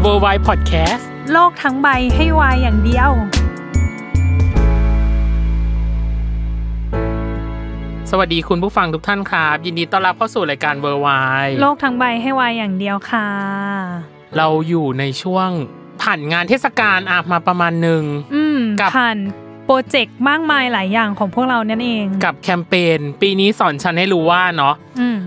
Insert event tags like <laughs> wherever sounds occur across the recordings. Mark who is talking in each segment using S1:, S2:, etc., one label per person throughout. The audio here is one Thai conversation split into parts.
S1: เวอร์ไวพอดแคสต์
S2: โลกทั้งใบให้วายอย่างเดียว
S1: สวัสดีคุณผู้ฟังทุกท่านครับ ยินดีต้อนรับเข้าสู่รายการเวอร์ไว
S2: โลกทั้งใบให้วายอย่างเดียวค่ะ
S1: เราอยู่ในช่วงผ่านงานเทศกาลอะมาประมาณหนึ่ง
S2: อืม
S1: กับ
S2: ผ่านโปรเจกต์มากมายหลายอย่างของพวกเรานั่นเอง
S1: กับแคมเปญปีนี้สอนฉันให้รู้ว่าเนาะ
S2: อืม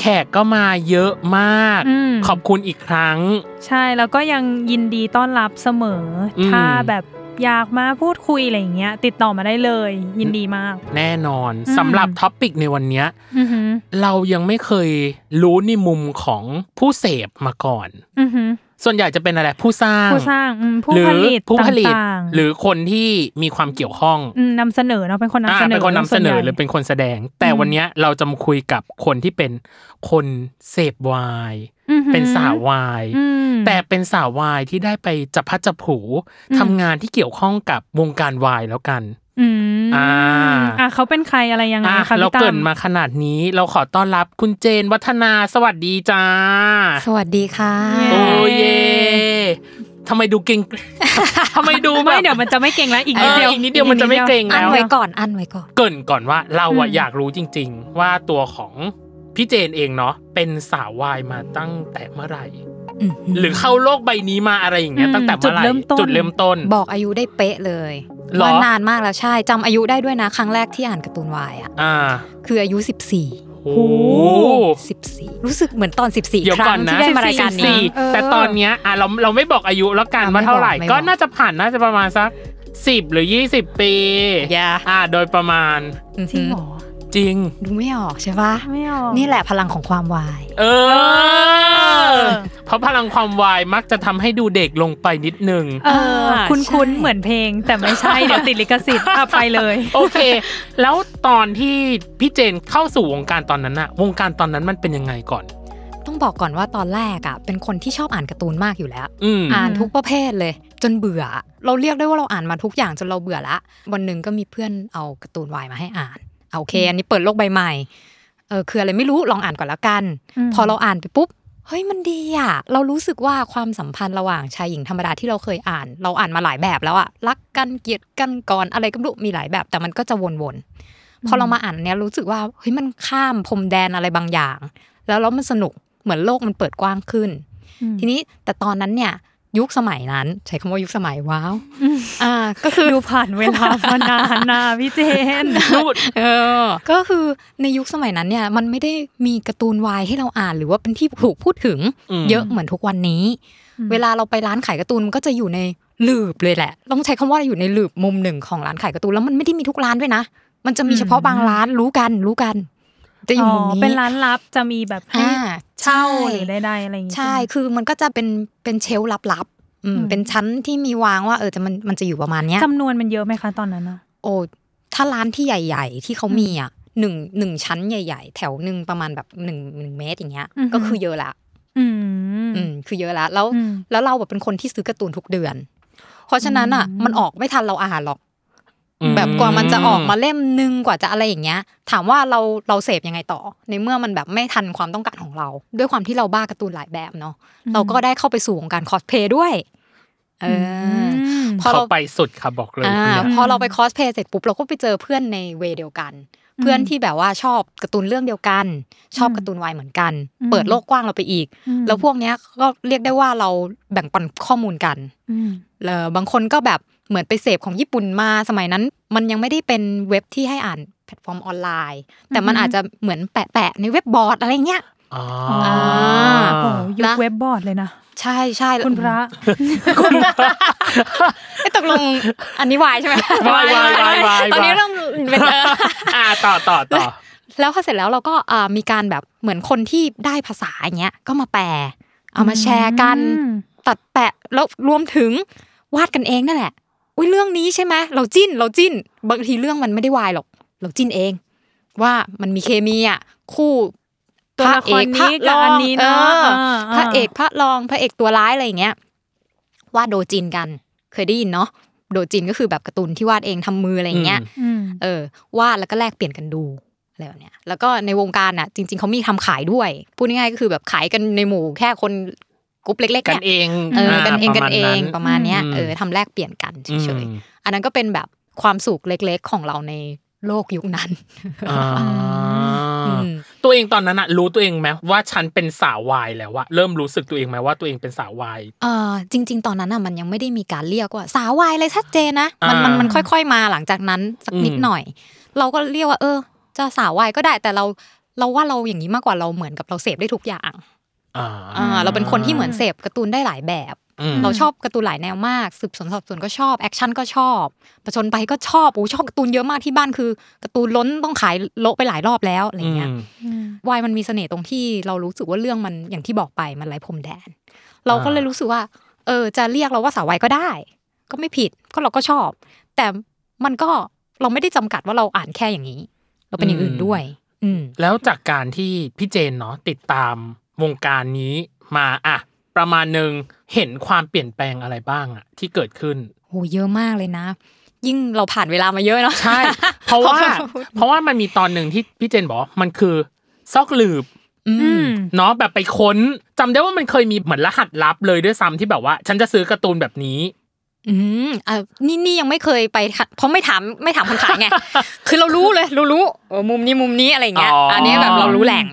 S1: แขกก็มาเยอะมาก
S2: อืม
S1: ขอบคุณอีกครั้ง
S2: ใช่แล้วก็ยังยินดีต้อนรับเสมออ
S1: ม
S2: ถ้าแบบอยากมาพูดคุยอะไรอย่างเงี้ย ติดต่อมาได้เลย ยินดีมาก
S1: แน่นอน
S2: อืม
S1: สำหรับท็อปปิกในวันเนี้ย
S2: อือหือ
S1: เรายังไม่เคยรู้ในมุมของผู้เสพมาก่อน
S2: อือหือ
S1: ส่วนใหญ่จะเป็นอะไรผู้สร้าง
S2: ผู้สร้างอืมผู้
S1: หรือ
S2: ผลิต
S1: ผู้ผลิต
S2: ต่างๆ
S1: หรือคนที่มีความเกี่ยวข้อง
S2: มนำเสนอเนาะเป็นคนนำเสนอ
S1: อ่าเป็นคนนำเสน
S2: ส่ว
S1: อ
S2: ใญ่
S1: หรือเป็นคนแสดง แต่
S2: อืม
S1: วันเนี้ยเราจะมาคุยกับคนที่เป็นคนเสพวาย
S2: อือหือ
S1: เป็นสาววาย
S2: อืม
S1: แต่เป็นสาววายที่ได้ไปจับพลัดจับผลู
S2: อืม
S1: ทำงานที่เกี่ยวข้องกับวงการวายแล้วกัน
S2: อืม
S1: อ่า
S2: อ่าเขาเป็นใครอะไรยังไง
S1: อ่ะ
S2: คะ
S1: เรา
S2: พี่ตั้ม
S1: เกรินมาขนาดนี้เราขอต้อนรับคุณเจนวัฒนาสวัสดีจ้า
S3: สวัสดีค่ะ
S2: สวั
S1: โอ้
S2: สดี
S1: เยทำไมดูเก่ง <laughs> ทำไมดูแบบ
S2: ไม่เดี๋ยวมันจะไม่เก่งแล้วอีก
S1: เอ
S2: นิด
S1: อ
S2: เดียว
S1: อีกนิดเดียวมันจะไม่เกรง
S3: อัน
S1: แล้ว
S3: ไว้ก่อนอันไว้ก่อน
S1: เกรินก่อนว่าเราอะอยากรู้จริง ๆ ว่าตัวของพี่เจนเองเนาะเป็นสาววายมาตั้งแต่เมื่อไหร่ หรือเข้าโลกใบนี้มาอะไรอย่างเงี้ยตั้งแต่เมื่อไหร่จุดเริ่มต้น
S3: บอกอายุได้เป๊ะเลย
S1: หรอ
S3: ว่านานมากแล้วใช่จำอายุได้ด้วยนะ ครั้งแรกที่อ่านการ์ตูนวายอ่ะ
S1: อ่า
S3: คืออายุ 14
S1: โอ้
S3: 14 รู้สึกเหมือนตอน 14
S1: เดี๋ยว
S3: ครั้
S1: ก่อน
S3: ง
S1: นะ
S3: ที่ได้มารายการนี้เออ
S1: แต่ตอนเนี้ยอ่ะเราเราไม่บอกอายุแล้วกัน
S3: อ่ะ
S1: ว่าเท่าไหร่
S3: ไม่บอก
S1: ก็น่าจะผ่านน่าจะประมาณสักสิบหรือยี่สิบปีอ่าโดยประมาณ
S3: อือหือ
S1: จริง
S3: ดูไม่ออกใช่ปะ
S2: ไม่ออก
S3: นี่แหละพลังของความวาย
S1: เออ เพราะพลังความวายมักจะทำให้ดูเด็กลงไปนิดนึง
S2: เออ
S3: อ่า
S2: คุณคุ้น
S3: ใช่
S2: ๆเหมือนเพลง แต่ไม่ใช่ เดี๋ยวติดลิข <laughs> สิทธิ์
S3: <laughs>
S2: อ่ะไปเลย
S1: โอเค แล้วตอนที่พี่เจนเข้าสู่วงการตอนนั้นอะวงการตอนนั้นมันเป็นยังไงก่อน
S3: ต้องบอกก่อนว่าตอนแรกอ่ะ เป็นคนที่ชอบอ่านการ์ตูนมากอยู่แล้ว
S1: อืม
S3: อ่านทุกประเภทเลย จนเบื่อ เราเรียกได้ว่าเราอ่านมาทุกอย่างจนเราเบื่อละวันหนึ่งก็มีเพื่อนเอาการ์ตูนวายมาให้อ่านเอาโอเค อันนี้เปิดโลกใบใหม่เออคืออะไรไม่รู้ลองอ่านก่อนละกัน
S2: อืม
S3: พอเราอ่านไปปุ๊บเฮ้ยมันดีอ่ะเรารู้สึกว่าความสัมพันธ์ระหว่างชายหญิงธรรมดาที่เราเคยอ่าน เราอ่านมาหลายแบบแล้วอ่ะรักกันเกลียดกันก่อนอะไรก็ไม่รู้มีหลายแบบ แต่มันก็จะวนๆพอเรามาอ่านเนี้ยรู้สึกว่าเฮ้ยมันข้ามพรมแดนอะไรบางอย่าง แล้วแล้วมันสนุกเหมือนโลกมันเปิดกว้างขึ้น ทีนี้แต่ตอนนั้นเนี่ยยุคสมัยนั้น ใช้คำว่ายุคสมัยว้าวอ่าก็คือ
S2: ดูผ่านเวลามานานนะพี่เจน
S3: เออก็คือในยุคสมัยนั้นเนี่ยมันไม่ได้มีการ์ตูนวายให้เราอ่าน หรือว่าเป็นที่ถูกพูดถึง
S1: อืม
S3: เยอะเหมือนทุกวันนี้
S2: อืม
S3: เวลาเราไปร้านขายการ์ตูนมันก็จะอยู่ในหลืบเลยแหละ ต้องใช้คำว่าอยู่ในหลืบมุมหนึ่งของร้านขายการ์ตูนแล้วมันไม่ได้มีทุกร้านด้วยนะ มันจะมีเฉพาะบางร้านรู้กันรู้กัน จะอยู่
S2: อ๋อ
S3: มุมนี้
S2: เป็นร้านลับจะมีแบบให้
S3: อ่า
S2: เช่า
S3: ใช่
S2: หรือใดๆอะไรอย่างงี้
S3: ใช่
S2: ไหม
S3: คือมันก็จะเป็นเป็นเชลฟ์ลับๆอืม
S2: อืม
S3: เป็นชั้นที่มีวางว่าเออจะมันมันจะอยู่ประมาณเนี้ย
S2: จำนวนมันเยอะไหมคะตอนนั้นอะ
S3: โอ้ ถ้าร้านที่ใหญ่ ๆ ที่เขามีอ่ะหนึ่งหนึ่งชั้นใหญ่ ๆ แถวหนึ่งประมาณแบบหนึ่งหนึ่งเมตรอย่างเงี้ย
S2: อือฮึ
S3: ก็คือเยอะละ
S2: อืม
S3: อืม คือเยอะละ แล้ว
S2: อืม
S3: แล้วเราแบบเป็นคนที่ซื้อการ์ตูนทุกเดือน เพราะฉะนั้นอ่ะ มันออกไม่ทันเราอ่านหรอก <laughs> แบบกว่ามันจะออกมาเล่มนึงกว่าจะอะไรอย่างเงี้ย ถามว่าเราเราเสพยังไงต่อ ในเมื่อมันแบบไม่ทันความต้องการของเรา ด้วยความที่เราบ้าการ์ตูนหลายแบบเนาะ เราก็ได้เข้าไปสู่วงการคอสเพลย์ด้วย เอ
S2: อื
S3: อ
S2: ม
S3: พอ
S1: เขา
S3: เรา
S1: ไปสุดค่ะบอกเลย
S3: อ่า
S1: คนเนี้ย
S3: พอเราไปคอสเพลย์เสร็จปุ๊บเราก็ไปเจอเพื่อนในเวย์เดียวกัน เพื่อนที่แบบว่าชอบการ์ตูนเรื่องเดียวกัน ชอบการ์ตูนวายเหมือนกัน
S2: อืม
S3: เปิดโลกกว้างเราไปอีก
S2: อืม
S3: แล้วพวกเนี้ยก็เรียกได้ว่าเราแบ่งปันข้อมูลกัน
S2: อืม
S3: แล้วบางคนก็แบบเหมือนไปเสพของญี่ปุ่นมาสมัยนั้น มันยังไม่ได้เป็นเว็บที่ให้อ่านแพลตฟอร์มออนไลน์ แต่มันอาจจะเหมือนแปะๆในเว็บบอร์ดอะไรเงี้ย
S1: อ๋อ
S3: อ่า
S2: โอ้โหยุค
S3: นะ
S2: เว็บบอร์ดเลยนะ
S3: ใช่ใช่แล้ว
S2: คุณพระ
S3: เอ้ยตกลงอันนี้วายใช่ไหม
S1: วายวายวายวาย
S3: ตอนนี้เริ่มเป็นเออ
S1: <laughs> อ่าต่อต่อต่อ
S3: แล้วพอเสร็จแล้วเราก็อ่ามีการแบบเหมือนคนที่ได้ภาษาอย่างเงี้ยก็มาแปล เอามาแชร์กัน
S2: อืม
S3: ตัดแปะแล้วรวมถึงวาดกันเองนั่นแหละอุ้ยเรื่องนี้ใช่ไหมเราจิ้นเราจิ้น บางทีเรื่องมันไม่ได้วายหรอก เราจิ้นเอง ว่ามันมีเคมีอ่ะคู่
S2: ตัวละครนี้กับอันนี้เนอะ
S3: อ
S2: เออเ
S3: อ
S2: ออ
S3: พระเอกพระรองพระเอกตัวร้ายอะไรอย่างเงี้ยวาดโดจินกัน เคยได้ยินเนาะโดจินก็คือแบบการ์ตูนที่วาดเองทำมืออะไรอย่างเงี้ย
S1: อืม
S2: อืม
S3: เออวาดแล้วก็แลกเปลี่ยนกันดูอะไรแบบเนี้ยแล้วก็ในวงการน่ะ จริง ๆเขามีทำขายด้วยพูดง่ายๆก็คือแบบขายกันในหมู่แค่คนกลุ่มเล็กๆ
S1: กัน
S3: เนี่ย
S1: เอง
S3: เออกันเอง
S1: ป
S3: กั
S1: ระมาณ
S3: นเองประมาณเนี้ย
S1: อืม
S3: เออทำแลกเปลี่ยนกันเฉย
S1: อืม
S3: ๆอันนั้นก็เป็นแบบความสุขเล็กๆของเราในโลกยุคนั้น
S1: อ่า
S3: อืม
S1: ตัวเองตอนนั้นอะรู้ตัวเองไหมว่าฉันเป็นสาววายแล้วอะเริ่มรู้สึกตัวเองไหมว่าตัวเองเป็นสาววาย
S3: เออจริง ๆ ตอนนั้นน่ะมันยังไม่ได้มีการเรียกว่า สาววายอะไรชัดเจนนะมัน
S1: อ่ามั
S3: มันมันค่อย ๆ มาหลังจากนั้นสักนิด
S1: อืม
S3: หน่อย เราก็เรียกว่า เออ จะสาววายก็ได้แต่เราเราว่าเราอย่างนี้มากกว่าเราเหมือนกับเราเสพได้ทุกอย่าง
S1: อ่า
S3: อ่าเราเป็นคนที่เหมือนเสพการ์ตูนได้หลายแบบ
S1: อืม
S3: เราชอบการ์ตูนหลายแนวมาก สืบสวนสอบสวนก็ชอบ แอคชั่นก็ชอบ ประชนไปก็ชอบโอ้ชอบการ์ตูนเยอะมากที่บ้านคือการ์ตูนล้นต้องขายโละไปหลายรอบแล้วอะไรเงี้ย วายมันมีเสน่ห์ตรงที่เรารู้สึกว่าเรื่องมันอย่างที่บอกไปมันไร้พรมแดน เราก็เลยรู้สึกว่า เออ จะเรียกเราว่าสาววายก็ได้ ก็ไม่ผิดก็เราก็ชอบ แต่มันก็เราไม่ได้จำกัดว่าเราอ่านแค่อย่างนี้ เราเป็นอย่างอื่นด้วย อืม
S1: แล้วจากการที่พี่เจนเนาะติดตามวงการนี้มาอะประมาณหนึ่งเห็นความเปลี่ยนแปลงอะไรบ้างอะที่เกิดขึ้น
S3: โหเยอะมากเลยนะ ยิ่งเราผ่านเวลามาเยอะเนาะ
S1: ใช่ เพราะว่า
S3: ขอบคุณ
S1: เพราะว่ามันมีตอนหนึ่งที่พี่เจนบอกว่ามันคือซอกหลืบ
S3: อื
S2: อื
S3: ม
S2: ม
S1: เนาะแบบไปค้นจำได้ว่ามันเคยมีเหมือนรหัสลับเลยด้วยซ้ำที่แบบว่า ฉันจะซื้อการ์ตูนแบบนี้
S3: อืมอ่ะนี่นี่ยังไม่เคยไปค่ะเพราะไม่ถามไม่ถามคนขาย
S1: <laughs>
S3: ไง คือเรารู้เลยเรารู้เออมุมนี้มุมนี้อะไรอย่างเงี้ย
S1: อ๋ออั
S3: อันนี้แบบเรารู้แหล่ง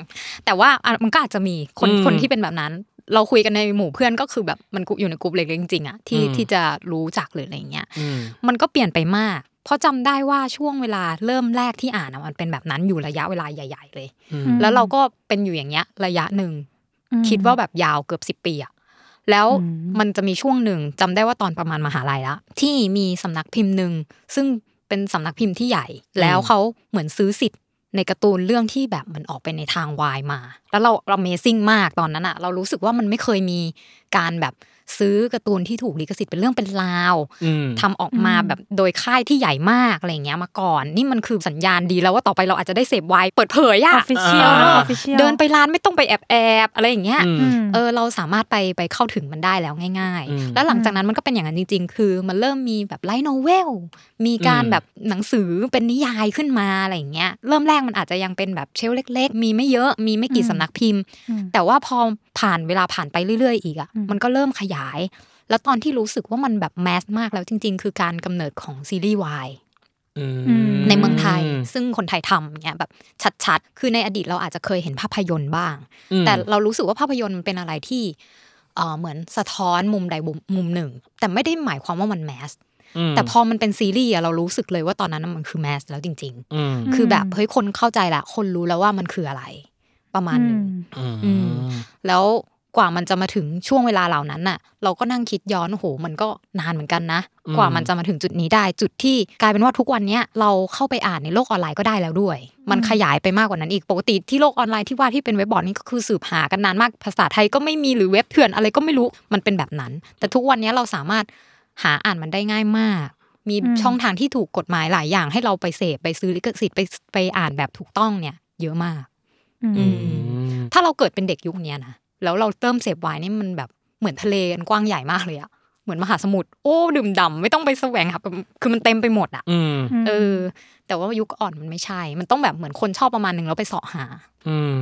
S3: แต่ว่าอ่ะมันก็อาจจะมีคน
S1: อืม
S3: คนที่เป็นแบบนั้น เราคุยกันในหมู่เพื่อนก็คือแบบมันกลุ่มอยู่ในกลุ่มเล็กๆจริงๆอ่ะที่
S1: อืม
S3: ที่จะรู้จักหรืออะไรอย่างเงี้ย
S1: อืม
S3: มันก็เปลี่ยนไปมาก เพราะจำได้ว่าช่วงเวลาเริ่มแรกที่อ่านอะมันเป็นแบบนั้นอยู่ระยะเวลาใหญ่ ๆ เลย
S1: อืม
S3: แล้วเราก็เป็นอยู่อย่างเงี้ยระยะหนึ่ง คิดว่าแบบยาวเกือบสิบ10 ปีอะแล้ว
S2: อืม
S3: มันจะมีช่วงหนึ่งจำได้ว่าตอนประมาณมหาลัยละที่มีสำนักพิมพ์หนึ่งซึ่งเป็นสำนักพิมพ์ที่ใหญ่ แล้วเขาเหมือนซื้อสิทธิ์ในการ์ตูนเรื่องที่แบบมันออกไปในทางวายมา แล้วเราเราเมซิ่งมากตอนนั้นอะเรารู้สึกว่ามันไม่เคยมีการแบบซื้อการ์ตูนที่ถูกลิขสิทธิ์เป็นเรื่องเป็นราว
S1: อืม
S3: ทำออกมา
S2: อืม
S3: แบบโดยค่ายที่ใหญ่มากอะไรอย่างเงี้ยมาก่อน นี่มันคือสัญญาณดีแล้วว่าต่อไปเราอาจจะได้เสพวายเปิดเผย
S2: อ
S3: อะ
S2: อฟฟิเชียล
S1: อ่า
S2: ออฟฟิเชียล
S3: เดินไปร้านไม่ต้องไปแอบแอบๆอะไรอย่างเงี้ย
S1: อืม
S3: เออเราสามารถไปไปเข้าถึงมันได้แล้วง่าย
S1: อืม
S3: ๆ แล้วหลังจากนั้นมันก็เป็นอย่างนั้นจริง ๆ คือมันเริ่มมีแบบไลท์โนเวล มีการ
S1: อืม
S3: แบบหนังสือเป็นนิยายขึ้นมาอะไรอย่างเงี้ย เริ่มแรกมันอาจจะยังเป็นแบบเชลฟ์เล็ก ๆ มีไม่เยอะ มีไม่กี่สำนักพิมพ์
S2: อืม
S3: แต่ว่าพอผ่านเวลาผ่านไปเรื่อยๆ อีกอ่ะ
S2: อืม
S3: มันก็เริ่มขยาย แล้วตอนที่รู้สึกว่ามันแบบแมสมากแล้วจริง ๆ คือการกำเนิดของซีรีส์วาย
S1: อืม
S3: ในเมืองไทย ซึ่งคนไทยทำเนี่ยแบบชัดๆ คือในอดีตเราอาจจะเคยเห็นภาพยนตร์บ้าง
S1: อืม
S3: แต่เรารู้สึกว่าภาพยนตร์มันเป็นอะไรที่เอ่อเหมือนสะท้อนมุมใดมุมมุมหนึ่ง แต่ไม่ได้หมายความว่ามันแมส
S1: อืม
S3: แต่พอมันเป็นซีรีส์อะเรารู้สึกเลยว่าตอนนั้นน่ะมันคือแมสแล้วจริง
S1: อืม
S3: ๆ คือแบบเฮ้ยคนเข้าใจละ คนรู้แล้วว่ามันคืออะไร ประมาณหนึ่ง
S1: อืม
S3: อืม แล้วกว่ามันจะมาถึงช่วงเวลาเหล่านั้นน่ะ เราก็นั่งคิดย้อนโอ้โหมันก็นานเหมือนกันนะ
S1: อืม
S3: กว่ามันจะมาถึงจุดนี้ได้ จุดที่กลายเป็นว่าทุกวันเนี้ยเราเข้าไปอ่านในโลกออนไลน์ก็ได้แล้วด้วย มันขยายไปมากกว่านั้นอีกปกติที่โลกออนไลน์ที่ว่าที่เป็นเว็บบอร์ดนี่ก็คือสืบหากันนานมากภาษาไทยก็ไม่มีหรือเว็บเถื่อนอะไรก็ไม่รู้มันเป็นแบบนั้น แต่ทุกวันเนี้ยเราสามารถหาอ่านมันได้ง่ายมาก มี
S2: อืม
S3: ช่องทางที่ถูกกฎหมายหลายอย่าง ให้เราไปเสพไปซื้อลิขสิทธิ์ไปไปอ่านแบบถูกต้องเนี่ย เยอะมาก
S2: อืม
S3: อื
S1: อื
S3: ม
S1: ม
S3: ถ้าเราเกิดเป็นเด็กยุคเนี้ยนะแล้วเราเริ่มเสพไวน์นี่มันแบบเหมือนทะเลอันกว้างใหญ่มากเลยอะเหมือนมหาสมุทรโอ้ดื่มด่ำไม่ต้องไปแสวงหาคือมันเต็มไปหมดอะ
S1: อืม
S3: เออ แต่ว่ายุคอ่อนมันไม่ใช่ มันต้องแบบเหมือนคนชอบประมาณหนึ่งแล้วไปเสาะหา
S1: อืม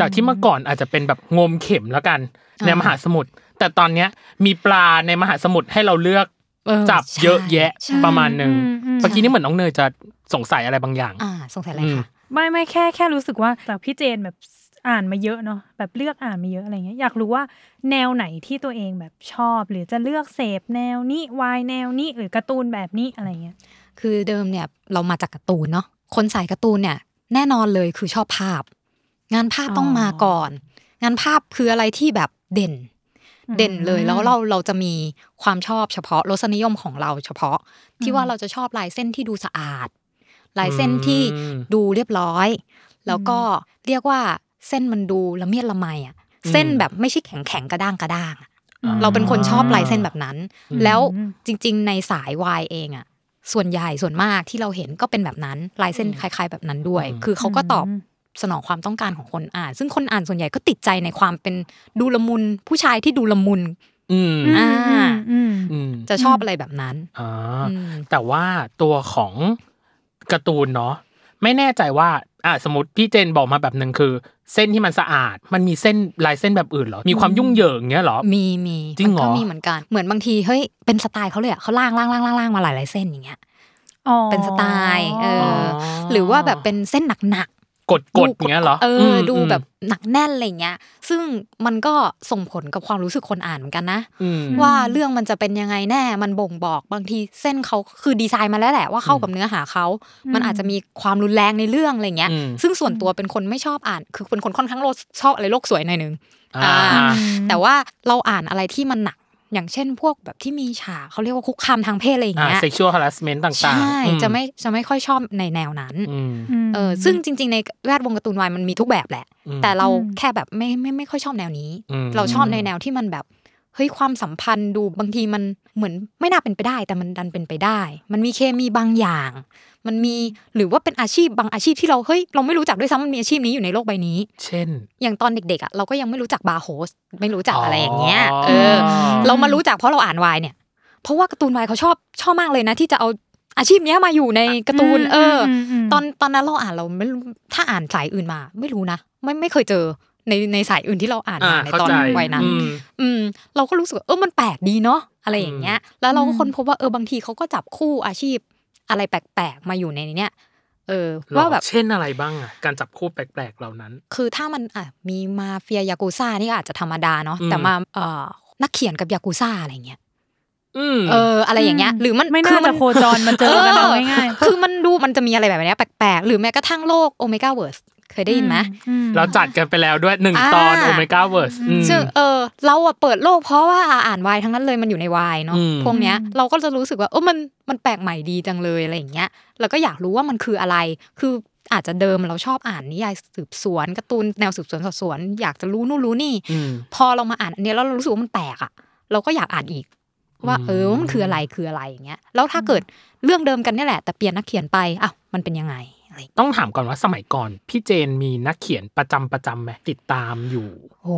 S1: จากที่เมื่อก่อนอาจจะเป็นแบบงมเข็มแล้วกัน ในมหาสมุทร แต่ตอนเนี้ยมีปลาในมหาสมุทรให้เราเลือก
S3: เออ
S1: จับ
S3: ใช่
S1: เยอะแยะ
S3: ใช่
S1: ประมาณหนึ่ง
S2: อืมอืม
S1: เมื่อกี้นี้เหมือนน้องเนยจะสงสัยอะไรบางอย่าง
S3: อ่าสงสัยอะไร
S1: อืม
S3: คะ
S2: ไม่ไม่แค่แค่รู้สึกว่าจากพี่เจนแบบอ่านมาเยอะเนาะแบบเลือกอ่านมาเยอะอะไรเงี้ยอยากรู้ว่าแนวไหนที่ตัวเองแบบชอบ หรือจะเลือกเสพแนวนี้วายแนวนี้หรือการ์ตูนแบบนี้อะไรเงี้ย
S3: คือเดิมเนี่ยเรามาจากการ์ตูนเนาะคนสายการ์ตูนเนี่ย แน่นอนเลยคือชอบภาพ งานภาพต้องมาก่อน งานภาพคืออะไรที่แบบเด่น
S2: อืม
S3: เด่นเลยแล้วเราเราจะมีความชอบเฉพาะรสนิยมของเราเฉพาะ ที่ว่าเราจะชอบลายเส้นที่ดูสะอาด ลายเส้นที่
S1: อืม
S3: ดูเรียบร้อย แล้วก็เรียกว่าเส้นมันดูละเมียดละไมอ่ะเส้นแบบไม่ใช่แข็งแข็งๆกระด้างกระด้างอะ
S1: อ่
S3: เราเป็นคนชอบลายเส้นแบบนั้น แล้ว
S2: อืม
S3: จริง ๆ ในสายวายเองอะส่วนใหญ่ส่วนมากที่เราเห็นก็เป็นแบบนั้น ลายเส้นคล้าย ๆ แบบนั้นด้วย คือเขาก็ตอบสนองความต้องการของคนอ่าน ซึ่งคนอ่านส่วนใหญ่ก็ติดใจในความเป็นดูละมุนผู้ชายที่ดูละมุน
S1: อืม
S3: อ่า
S2: มอืม
S1: อืม
S3: จะชอบอะไรแบบนั้น
S1: อ่า
S3: อืม
S1: แต่ว่าตัวของการ์ตูนเนาะไม่แน่ใจว่าอ่ะสมมติพี่เจนบอกมาแบบหนึ่งคือ เส้นที่มันสะอาด มันมีเส้นลายเส้นแบบอื่นเหรอ มีความยุ่งเหยิงเงี้ยเหรอ
S3: มีมี
S1: จริงเหรอ
S3: มันก็มีเหมือนกัน เหมือนบางทีเฮ้ยเป็นสไตล์เขาเลยอะเขาล่างล่างล่างล่างล่างมาหลายลายๆเส้นอย่างเงี้ย
S2: อ๋อ
S3: เป็นสไตล์เอออ
S1: อ
S3: หรือว่าแบบเป็นเส้นหนักๆ
S1: กดกดเงี้ยเหรอ
S3: เอออ
S1: ม
S3: ดูแบบหนักแน่นอะไรเงี้ย ซึ่งมันก็ส่งผลกับความรู้สึกคนอ่านเหมือนกันนะ
S1: อืม
S3: ว่าเรื่องมันจะเป็นยังไงแน่ มันบ่งบอกบางทีเส้นเขาคือดีไซน์มาแล้วแหละว่าเข้ากับเนื้อหาเขา มันอาจจะมีความรุนแรงในเรื่องอะไรเงี้ย
S1: อืม
S3: ซึ่งส่วนตัวเป็นคนไม่ชอบอ่าน คือเป็นคนค่อนข้างโลกชอบอะไรโลกสวยหน่อยนึง
S1: อ่า
S3: อ่า แต่ว่าเราอ่านอะไรที่มันหนัก อย่างเช่นพวกแบบที่มีฉากเขาเรียกว่าคุกคามทางเพศอะไรอย่าง
S1: อ่า
S3: เงี้ย
S1: sexual harassment ต่างๆ
S3: ใช่
S1: อื
S3: จะไม่จะไม่ค่อยชอบในแนวนั้น
S1: อืม
S2: ม
S3: เออซึ่งจริง ๆ ในแวดวงการ์ตูนวายมันมีทุกแบบแหละ
S1: อืม
S3: แต่เรา
S2: อืม
S3: แค่แบบไม่ไม่ไม่ค่อยชอบแนวนี้
S1: อืม
S3: เราชอบในแนวที่มันแบบเฮ้ยความสัมพันธ์ดูบางทีมันเหมือนไม่น่าเป็นไปได้ แต่มันดันเป็นไปได้ มันมีเคมีบางอย่าง มันมีหรือว่าเป็นอาชีพบางอาชีพที่เราเฮ้ยเราไม่รู้จักด้วยซ้ำมันมีอาชีพนี้อยู่ในโลกใบนี้
S1: เช่น
S3: อย่างตอนเด็กๆอ่ะเราก็ยังไม่รู้จักบาร์โฮสไม่รู้จักอะไรอย่างเงี้ยเอออ
S1: ม
S3: เรามารู้จักเพราะเราอ่านวายเนี่ย เพราะว่าการ์ตูนวายเขาชอบชอบมากเลยนะ ที่จะเอาอาชีพเนี้ยมาอยู่ในการ์ตูน
S2: อืม
S3: เอออ
S2: มอืม
S3: ตอนตอนนั้นเราอ่านเราไม่รู้ถ้าอ่านสายอื่นมา ไม่รู้นะไม่ไม่เคยเจอในในสายอื่นที่เราอ่าน
S1: อ่า
S3: มาใน
S1: เข้า
S3: ตอน
S1: ใจ
S3: วัยนั้น
S1: อืม
S3: อืมเราก็รู้สึกว่าเออมันแปลกดีเนาะอะไรอย่างเงี้ย แล้วเราก็ค้นพบว่าเออบางทีเขาก็จับคู่อาชีพอะไรแปลกๆมาอยู่ในเนี้ยเออว่าแบบ
S1: เช่นอะไรบ้างอ่ะ การจับคู่แปลกๆเหล่านั้น
S3: คือถ้ามันอ่ะมีมาเฟียยากูซ่านี่ก็อาจจะธรรมดาเนาะ
S1: อืม
S3: แต่มาเอ่อนักเขียนกับยากูซ่าอะไรเงี้ย
S1: อืม
S3: เอออะไรอย่างเงี้ยหรือมัน
S2: ไม่
S3: คื
S2: น่าจะโคจรมาเจอกันเอาง่ายๆ
S3: คือมันดูมันจะมีอะไรแบบเนี้ยแปลกๆ หรือแม้กระทั่งโลกโอเมก้าเวิร์สเคยได้ยินไหม
S2: อืม
S1: เราจัดกันไปแล้วด้วยหนึ่งตอน
S3: อ่า
S1: โอเมก้าเวิร์ส
S3: ซึ่งเออเราอะเปิดโลกเพราะว่าอ่านวายทั้งนั้นเลยมันอยู่ในวายเนาะ
S1: อืม
S3: พวกเนี้ยเราก็จะรู้สึกว่าเออมันมันแปลกใหม่ดีจังเลยอะไรอย่างเงี้ยแล้วก็อยากรู้ว่ามันคืออะไร คืออาจจะเดิมเราชอบอ่านนิยายสืบสวนการ์ตูนแนวสืบสวนสอบสวน อยากจะรู้นู่นรู้นี่ พอเรามาอ่านอันเนี้ยแล้วเรารู้สึกว่ามันแปลกอะเราก็อยากอ่านอีก ว่าเออว่ามันคืออะไรคืออะไรอย่างเงี้ยแล้วถ้าเกิดเรื่องเดิมกันเนี่ยแหละ แต่เปลี่ยนนักเขียนไปอ้าวมันเป็นยังไงอะไรอย่างเงี้ย
S1: ต้องถามก่อนว่าสมัยก่อน พี่เจนมีนักเขียนประจำประจำไหมติดตามอยู่
S3: โอ้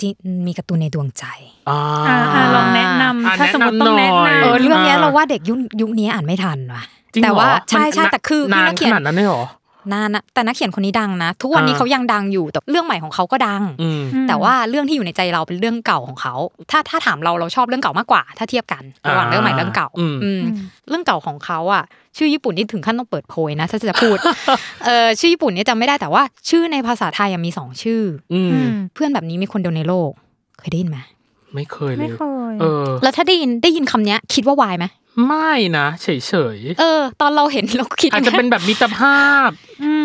S3: ที่มีการ์ตูนในดวงใจ
S1: อ่า
S2: อ่าอ่าลองแนะนำ
S1: อ่า
S2: ถ้าสมมติต้อง
S1: แนะนำห
S2: แนะ
S1: น่อย
S2: นำ
S3: เออเรื่องเนี้ย
S1: อ่า
S3: เราว่าเด็กยุคยุคนี้อ่านไม่ทันว่ะ
S1: จริงเหรอ
S3: แต่ว่า
S1: มัน
S3: ใช่ใช่แต่คือ
S1: นา
S3: คือน นัก
S1: ข
S3: เขียน
S1: นาดนั้นเลยเหรอ
S3: นานนะแต่นักเขียนคนนี้ดังนะ ทุกวันนี้
S1: อ่า
S3: เขายังดังอยู่แต่เรื่องใหม่ของเขาก็ดัง
S1: อืม
S3: แต่ว่าเรื่องที่อยู่ในใจเราเป็นเรื่องเก่าของเขา ถ้าถ้าถามเราเราชอบเรื่องเก่ามากกว่า ถ้าเทียบกันระหว่างเรื่องใหม่เรื่องเก่า
S1: อืม
S3: อืมเรื่องเก่าของเขาอ่ะชื่อญี่ปุ่นนี่ถึงขั้นต้องเปิดโพยนะ ถ้าจะพู
S1: <laughs>
S3: ด เออชื่อญี่ปุ่นเนี่ยจำไม่ได้แต่ว่าชื่อในภาษาไทยอะมีสองชื่อ
S1: อืม
S2: อืม
S3: เพื่อนแบบนี้มีคนเดียวในโลก เคยได้ยินไหม
S1: ไม่เคยเล
S2: ไม่
S1: ย
S2: เคย
S1: เออ
S3: แล้วถ้าได้ยินได้ยินคำเนี้ยคิดว่าวายไหม
S1: ไม่นะเฉยเฉยๆ
S3: เออ ตอนเราเห็นเราคิด
S1: อาจจะเป็นแบบมิตรภาพ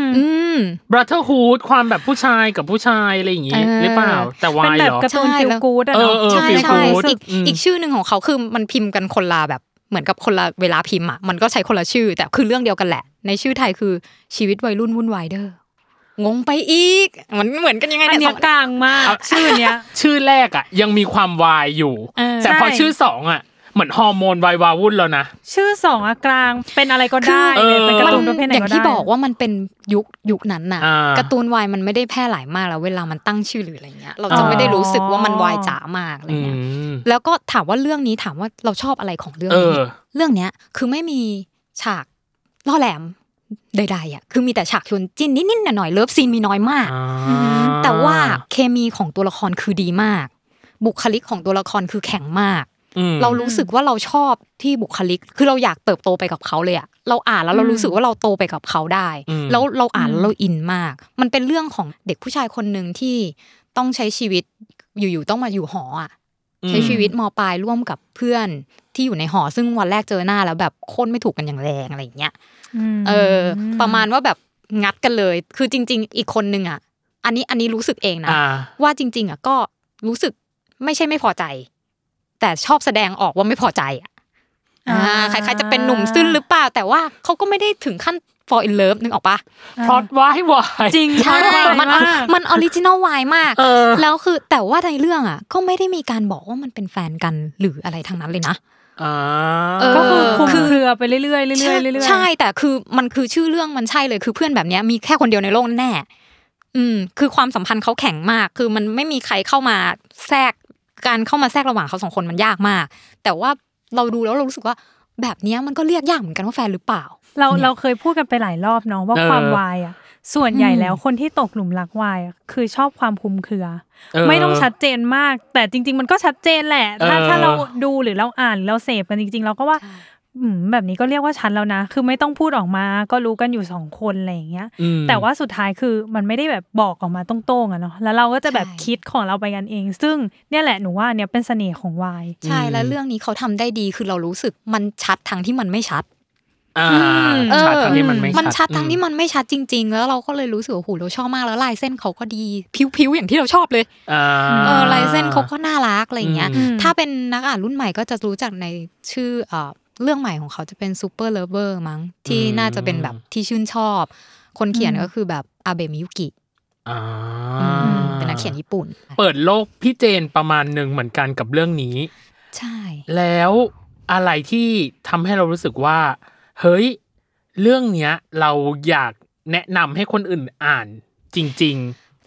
S2: ม
S3: อืม
S1: brotherhood ความแบบผู้ชายกับผู้ชายอะไรอย่างงี้
S3: เออ
S1: หรือเปล่า แต่วา
S2: เป็
S1: ย
S2: นแบ
S1: เห
S2: บ
S1: รอ
S2: การ์ตูน
S3: ใช่
S2: ฟิล
S3: แล้ว
S2: กู๊ดอะ
S1: เออ
S2: เนาะ
S1: เออ
S3: ใช่
S1: feel
S3: ใช่
S1: good
S3: อีก
S1: อืม
S3: อีกชื่อหนึ่งของเขาคือมันพิมพ์กันคนละแบบเหมือนกับคนละเวลาพิมพ์อ่ะมันก็ใช้คนละชื่อ แต่คือเรื่องเดียวกันแหละ ในชื่อไทยคือชีวิตวัยรุ่นวุ่นวายเด้องงไปอีกมันเหมือนกันยังไง
S2: อันเนี้
S3: เนี่ยส
S2: ย
S3: อง
S2: กลางมาก
S1: เอา
S2: ชื่อเนี้ย
S1: ชื่อแรกอ่ะ ยังมีความวายอยู่
S3: เออ
S1: แต่พอ
S2: ใช่
S1: ชื่อสองอ่ะ เหมือนฮอร์โมนวายวาวุ่นแล้วนะ
S2: ชื่อสองอะกลางเป็นอะไรก็ได้เลย
S1: คือ
S2: เป็นการ์ตูนป
S3: มั
S2: ระเภทไหน
S3: อย่าง
S2: ก็ได้
S3: ที่บอกว่ามันเป็นยุคยุคนั้นน่ะ
S1: อ่า
S3: การ์ตูนวายมันไม่ได้แพร่หลายมากแล้ว เวลามันตั้งชื่อหรืออะไรเงี้ย เราจะไม่ได้รู้สึกว่ามันวายจ๋ามากอะไร
S1: อื
S3: เงี้ย
S1: ม
S3: แล้วก็ถามว่าเรื่องนี้ถามว่าเราชอบอะไรของเรื่อง
S1: เอ
S3: นี้
S1: อ
S3: เรื่องเนี้ยคือไม่มีฉากล่อแหลมใดๆอ่ะคือมีแต่ฉากชวนจิ้นนิดๆหน่อยๆเลิฟซีนมีน้อยมาก
S1: อ่า
S3: แต่ว่าเคมีของตัวละครคือดีมาก บุคลิกของตัวละครคือแข็งมาก
S1: อืม
S3: เรารู้สึกว่าเราชอบที่บุคลิก คือเราอยากเติบโตไปกับเขาเลยอะเราอ่านแล้วเรารู้สึกว่าเราโตไปกับเขาได้
S1: อืม
S3: แล้วเราอ่านแล้วเราอินมาก มันเป็นเรื่องของเด็กผู้ชายคนหนึ่งที่ต้องใช้ชีวิตอยู่ๆต้องมาอยู่หออะใช้ชีวิตมปลายร่วมกับเพื่อนที่อยู่ในหอซึ่งวันแรกเจอหน้าแล้วแบบโคนไม่ถูกกันอย่างแรงอะไรอย่างเงี้ย
S2: ม
S3: เอออประมาณว่าแบบงัดกันเลย คือจริง ๆ อีกคนนึงอ่ะ อันนี้อันนี้รู้สึกเองนะ
S1: อ่า
S3: ว่าจริง ๆอ่ะก็รู้สึกไม่ใช่ไม่พอใจ แต่ชอบแสดงออกว่าไม่พอใจอ่ะ
S2: อ่า
S3: อ่าคล้ายๆจะเป็นหนุ่มซึ้นหรือเปล่า แต่ว่าเขาก็ไม่ได้ถึงขั้น for in love นึกออกปะ
S1: พล็อตวายวาย
S2: จริง
S3: ใช่
S2: มั
S3: มัน น
S2: อ่ะ
S3: มันออริจินอลวายมาก
S1: เออ
S3: แล้วคือแต่ว่าในเรื่องอ่ะ ก็ไม่ได้มีการบอกว่ามันเป็นแฟนกันหรืออะไรทางนั้นเลยนะ
S1: อ่า
S3: เออ
S2: ก็คือคุม
S3: คือ
S2: เครือไปเรื่อยๆเรื่อยๆเรื่อยๆ
S3: ใช่แต่คือมันคือชื่อเรื่องมันใช่เลยคือเพื่อนแบบเนี้ยมีแค่คนเดียวในโลกแน่ๆอืม คือความสัมพันธ์เขาแข็งมาก คือมันไม่มีใครเข้ามาแทรกการเข้ามาแทรกระหว่างเขาสองคนมันยากมาก แต่ว่าเราดูแล้วเรารู้สึกว่า แบบเนี้ยมันก็เรียกยากเหมือนกันว่าแฟนหรือเปล่า
S2: เราเราเคยพูดกันไปหลายรอบเนาะว่า
S1: เออ
S2: ความวายอ่ะ ส่วนใหญ่
S3: อืม
S2: แล้วคนที่ตกหลุมรักวายอะคือชอบความคลุมเครือ
S1: เออ
S2: ไม่ต้องชัดเจนมาก แต่จริง ๆ มันก็ชัดเจนแหละ ถ้า
S1: เออ
S2: ถ้าเราดูหรือเราอ่านหรือเราเสพกันจริง ๆ เราก็ว่าอืมแบบนี้ก็เรียกว่าชัดแล้วนะ คือไม่ต้องพูดออกมา ก็รู้กันอยู่สองคนอะไรอย่างเงี้ย
S1: อืม
S2: แต่ว่าสุดท้ายคือมันไม่ได้แบบบอกออกมาตรงๆอะเนาะแล้วเราก็จะแบบ
S3: ใช่
S2: คิดของเราไปกันเอง ซึ่งเนี่ยแหละหนูว่าเนี่ยเป็นเสน่ห์ของวาย
S3: ใช่แล้วเรื่องนี้เขาทำได้ดีคือเรารู้สึกมันชัดทั้งที่มันไม่ชัด
S1: อ่า
S3: เออ
S1: ชัดทั้งที่มันไม่
S3: มันชัดทั้งที่
S1: อื
S3: มันไม่ชัดจริง ๆ แล้วเราก็เลยรู้สึกว่าโหเราชอบมากแล้วลายเส้นเขาก็ดีผิวๆอย่างที่เราชอบเลย
S1: อ่า
S3: เออลายเส้นเขาก็น่ารักอะไรอย่างเงี้ย
S1: อืม
S3: ถ้าเป็นนักอ่านรุ่นใหม่ก็จะรู้จักในชื่อเอ่อเรื่องใหม่ของเขาจะเป็นซูเปอร์เลเวอร์มั้งที่น่าจะเป็นแบบที่ชื่นชอบ คนเขียนก็คือแบบอาเบะมิยุกิ
S1: อ่า
S3: เป็นนักเขียนญี่ปุ่น
S1: เปิดโลกพี่เจนประมาณหนึ่งเหมือนกันกับเรื่องนี้
S3: ใช่
S1: แล้วอะไรที่ทำให้เรารู้สึกว่า เฮ้ย เรื่องเนี้ย เราอยากแนะนำให้คนอื่นอ่านจริง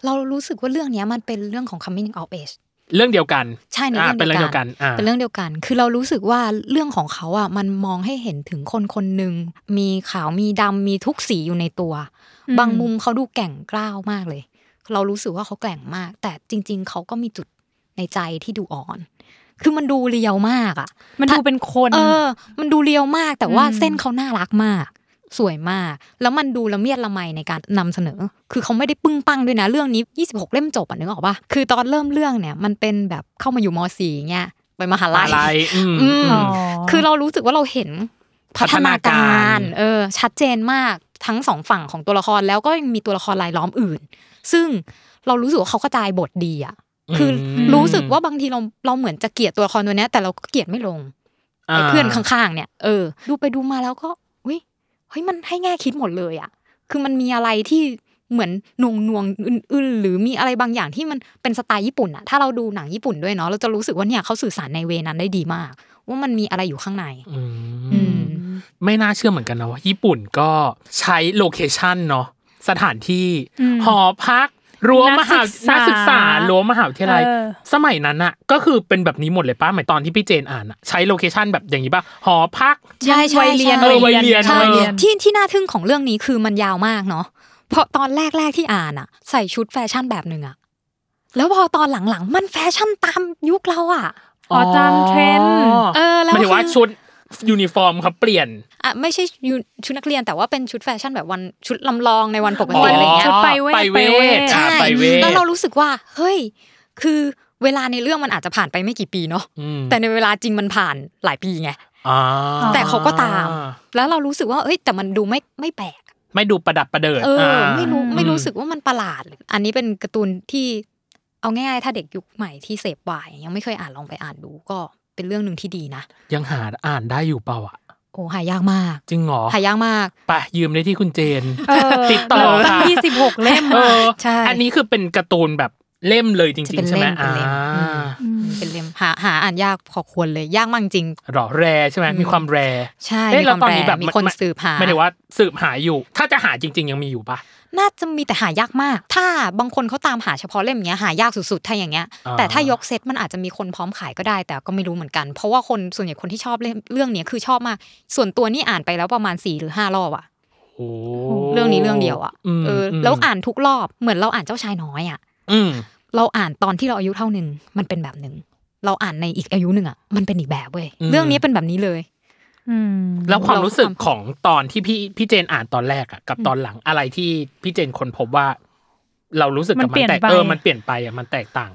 S3: เรารู้สึกว่าเรื่องเนี้ยมันเป็นเรื่องของ coming of age
S1: ๆ เรื่องเดียวกัน
S3: ใช่ใน
S1: อ่า
S3: เรื่อง
S1: เป็นเรื่อง
S3: เดี
S1: เดี
S3: ย
S1: ยว วกั
S3: กั
S1: น นอ่า
S3: เป็นเรื่องเดียวกัน คือเรารู้สึกว่าเรื่องของเขาอ่ะมันมองให้เห็นถึงคนคนหนึ่งมีขาวมีดำมีทุกสีอยู่ในตัว
S2: อืม
S3: บางมุมเขาดูแกร่งกล้าวมากเลย เรารู้สึกว่าเขาแกร่งมาก แต่จริง ๆ เขาก็มีจุดในใจที่ดูอ่อน คือมันดูเรียวมากอ่ะ
S2: มันดูเป็นคน
S3: เออ มันดูเรียวมากแต่ว่า
S2: อืม
S3: เส้นเขาน่ารักมาก สวยมาก แล้วมันดูละเมียดละไมในการนำเสนอ คือเขาไม่ได้ปึ้งปังด้วยนะเรื่องนี้ 26 เล่มจบอ่ะนึกออกปะคือตอนเริ่มเรื่องเนี่ยมันเป็นแบบเข้ามาอยู่ม .4 เงี้ยไปมหาลัย
S1: อะไรอืม
S3: อื
S1: อื
S3: ม
S1: ม
S2: อ๋อ
S3: คือเรารู้สึกว่าเราเห็นพัฒนาการ เออ ชัดเจนมากทั้งสองฝั่งของตัวละครแล้วก็ยังมีตัวละครรายล้อมอื่น ซึ่งเรารู้สึกว่าเขากระจายบทดีอ่ะ คืออ
S1: ม
S3: รู้สึกว่าบางทีเราเราเหมือนจะเกลียดตัวละครตัวเนี้ยแต่เราก็เกลียดไม่ลง ไอ้เพื่อนข้างๆ เนี่ย เออ ดูไปดูมาแล้วก็อุ้ยเฮ้ย มันให้แง่คิดหมดเลยอะคือมันมีอะไรที่เหมือนหน่วงนวงๆอื่นๆ หรือมีอะไรบางอย่างที่มันเป็นสไตล์ญี่ปุ่นอะถ้าเราดูหนังญี่ปุ่นด้วยเนาะ เราจะรู้สึกว่าเนี่ยเขาสื่อสารในเวนั้นได้ดีมาก ว่ามันมีอะไรอยู่ข้างใน
S1: อืม
S3: อืม
S1: ไม่น่าเชื่อเหมือนกันนะว่าญี่ปุ่นก็ใช้โลเคชันเนาะสถานที่
S2: อืม
S1: หอพักรั้วมหา
S2: นั
S1: นั
S2: ก
S1: ก
S2: ศึ
S1: ศึ
S2: ก
S1: ก
S2: ษา
S1: ษารั้วมหาวิทยาลัย
S2: เออ
S1: สมัยนั้นอะก็คือเป็นแบบนี้หมดเลยป้าหมายตอนที่พี่เจนอ่านอะใช้โลเคชันแบบอย่างนี้ป่ะหอพัก
S3: ใช่ใช่
S2: วัยเรียน
S1: เออวัยเรียน
S2: ใช่
S3: ใช่
S2: วัยเรียน
S3: ที่ที่น่าทึ่งของเรื่องนี้คือมันยาวมากเนาะเพราะตอนแรกๆที่อ่านอะใส่ชุดแฟชั่นแบบหนึ่งอะแล้วพอตอนหลังๆ มันแฟชั่นตามยุคเราอะ
S2: อ๋อตามเทรนด์
S3: เออแล้ว
S1: หมายถึงว่า
S3: คือ
S1: ชุดยูนิฟอร์มเขาเปลี่ยน
S3: อ่ะไม่ใช่ยูชุดนักเรียนแต่ว่าเป็นชุดแฟชั่นแบบวันชุดลำลองในวันปก
S1: อ๋อ
S3: ติอะไรเงี้ย
S2: ชุดไปเวท
S1: ไปเวท
S2: ไปเวท
S1: อ่า
S3: ใช่
S1: ไปเวท
S3: แล้วเรารู้สึกว่า เฮ้ย คือเวลาในเรื่องมันอาจจะผ่านไปไม่กี่ปีเนาะ
S1: อืม
S3: แต่ในเวลาจริงมันผ่านหลายปีไง
S1: อ่า
S3: แต่เขาก็ตาม แล้วเรารู้สึกว่าเอ้ยแต่มันดูไม่ไม่แปลก
S1: ไม่ดูประดับประเดิด
S3: เอออา ไม่รู้
S2: อืม
S3: ไม่รู้สึกว่ามันประหลาด อันนี้เป็นการ์ตูนที่เอาง่ายๆถ้าเด็กยุคใหม่ที่เสพวายยังไม่เคยอ่านลองไปอ่านดูก็เป็นเรื่องหนึ่งที่ดีนะ
S1: ยังหาอ่านได้อยู่เปล่าอ่ะ
S3: โอ้หายากมาก
S1: จริงเหรอ
S3: หายากมาก
S1: ไปยืมได้ที่คุณเจน
S2: เออ
S1: ติดต่อ
S2: เราตั้
S1: ค่ะ
S2: งยี่สิบหกเล่ม
S1: เอ
S2: อะ
S1: อ
S3: ใช่
S1: อันนี้คือเป็นการ์ตูนแบบเล่มเลยจริง ๆ ใช่ไหม
S3: จะเป็นเล่ม
S1: อ่า
S3: เป็นเล่มเป็นเล่มหาหาอ่านยากพอควรเลยยากมากจริง
S1: หรอแรใช่ไหม
S3: อืม
S1: มีความแร
S3: ใช่
S1: เอ๊ะ
S3: มีค
S1: แล้ว
S3: วาม
S1: ตอน
S3: แปล
S1: นี้แบบ
S3: มีคนสืบหา
S1: ไม่ได้ว่าสืบหาอยู่ ถ้าจะหาจริง ๆ ยังมีอยู่ปะ
S3: น่าจะมีแต่หายากมาก ถ้าบางคนเขาตามหาเฉพาะเล่มเนี้ยหายากสุดๆถ้าอย่างเงี้ย
S1: อ่า
S3: แต่ถ้ายกเซตมันอาจจะมีคนพร้อมขายก็ได้ แต่ก็ไม่รู้เหมือนกัน เพราะว่าคนส่วนใหญ่คนที่ชอบเล่มเรื่องเนี้ยคือชอบมาก ส่วนตัวนี่อ่านไปแล้วประมาณ4หรือ5รอบอะ
S1: โอ้
S3: เรื่องนี้เรื่องเดียวอะ
S1: ม
S3: เอออ
S1: ม
S3: แล้วอ่านทุกรอบเหมือนเราอ่านเจ้าชายน้อยอะ
S1: อืม
S3: เราอ่านตอนที่เราอายุเท่าหนึ่งมันเป็นแบบหนึ่งเราอ่านในอีกอายุหนึ่งอ่ะมันเป็นอีกแบบเว้ย
S1: อืม
S3: เรื่องนี้เป็นแบบนี้เลย
S2: อืม
S1: แล้วความรู้สึก
S3: เรา
S1: ของตอนที่พี่พี่เจนอ่านตอนแรกอะกับตอนหลังอะไรที่พี่เจนคนพบว่า เรารู้สึกกับมันแตกเออมันเปลี่ยนไปอะมันแตกต่าง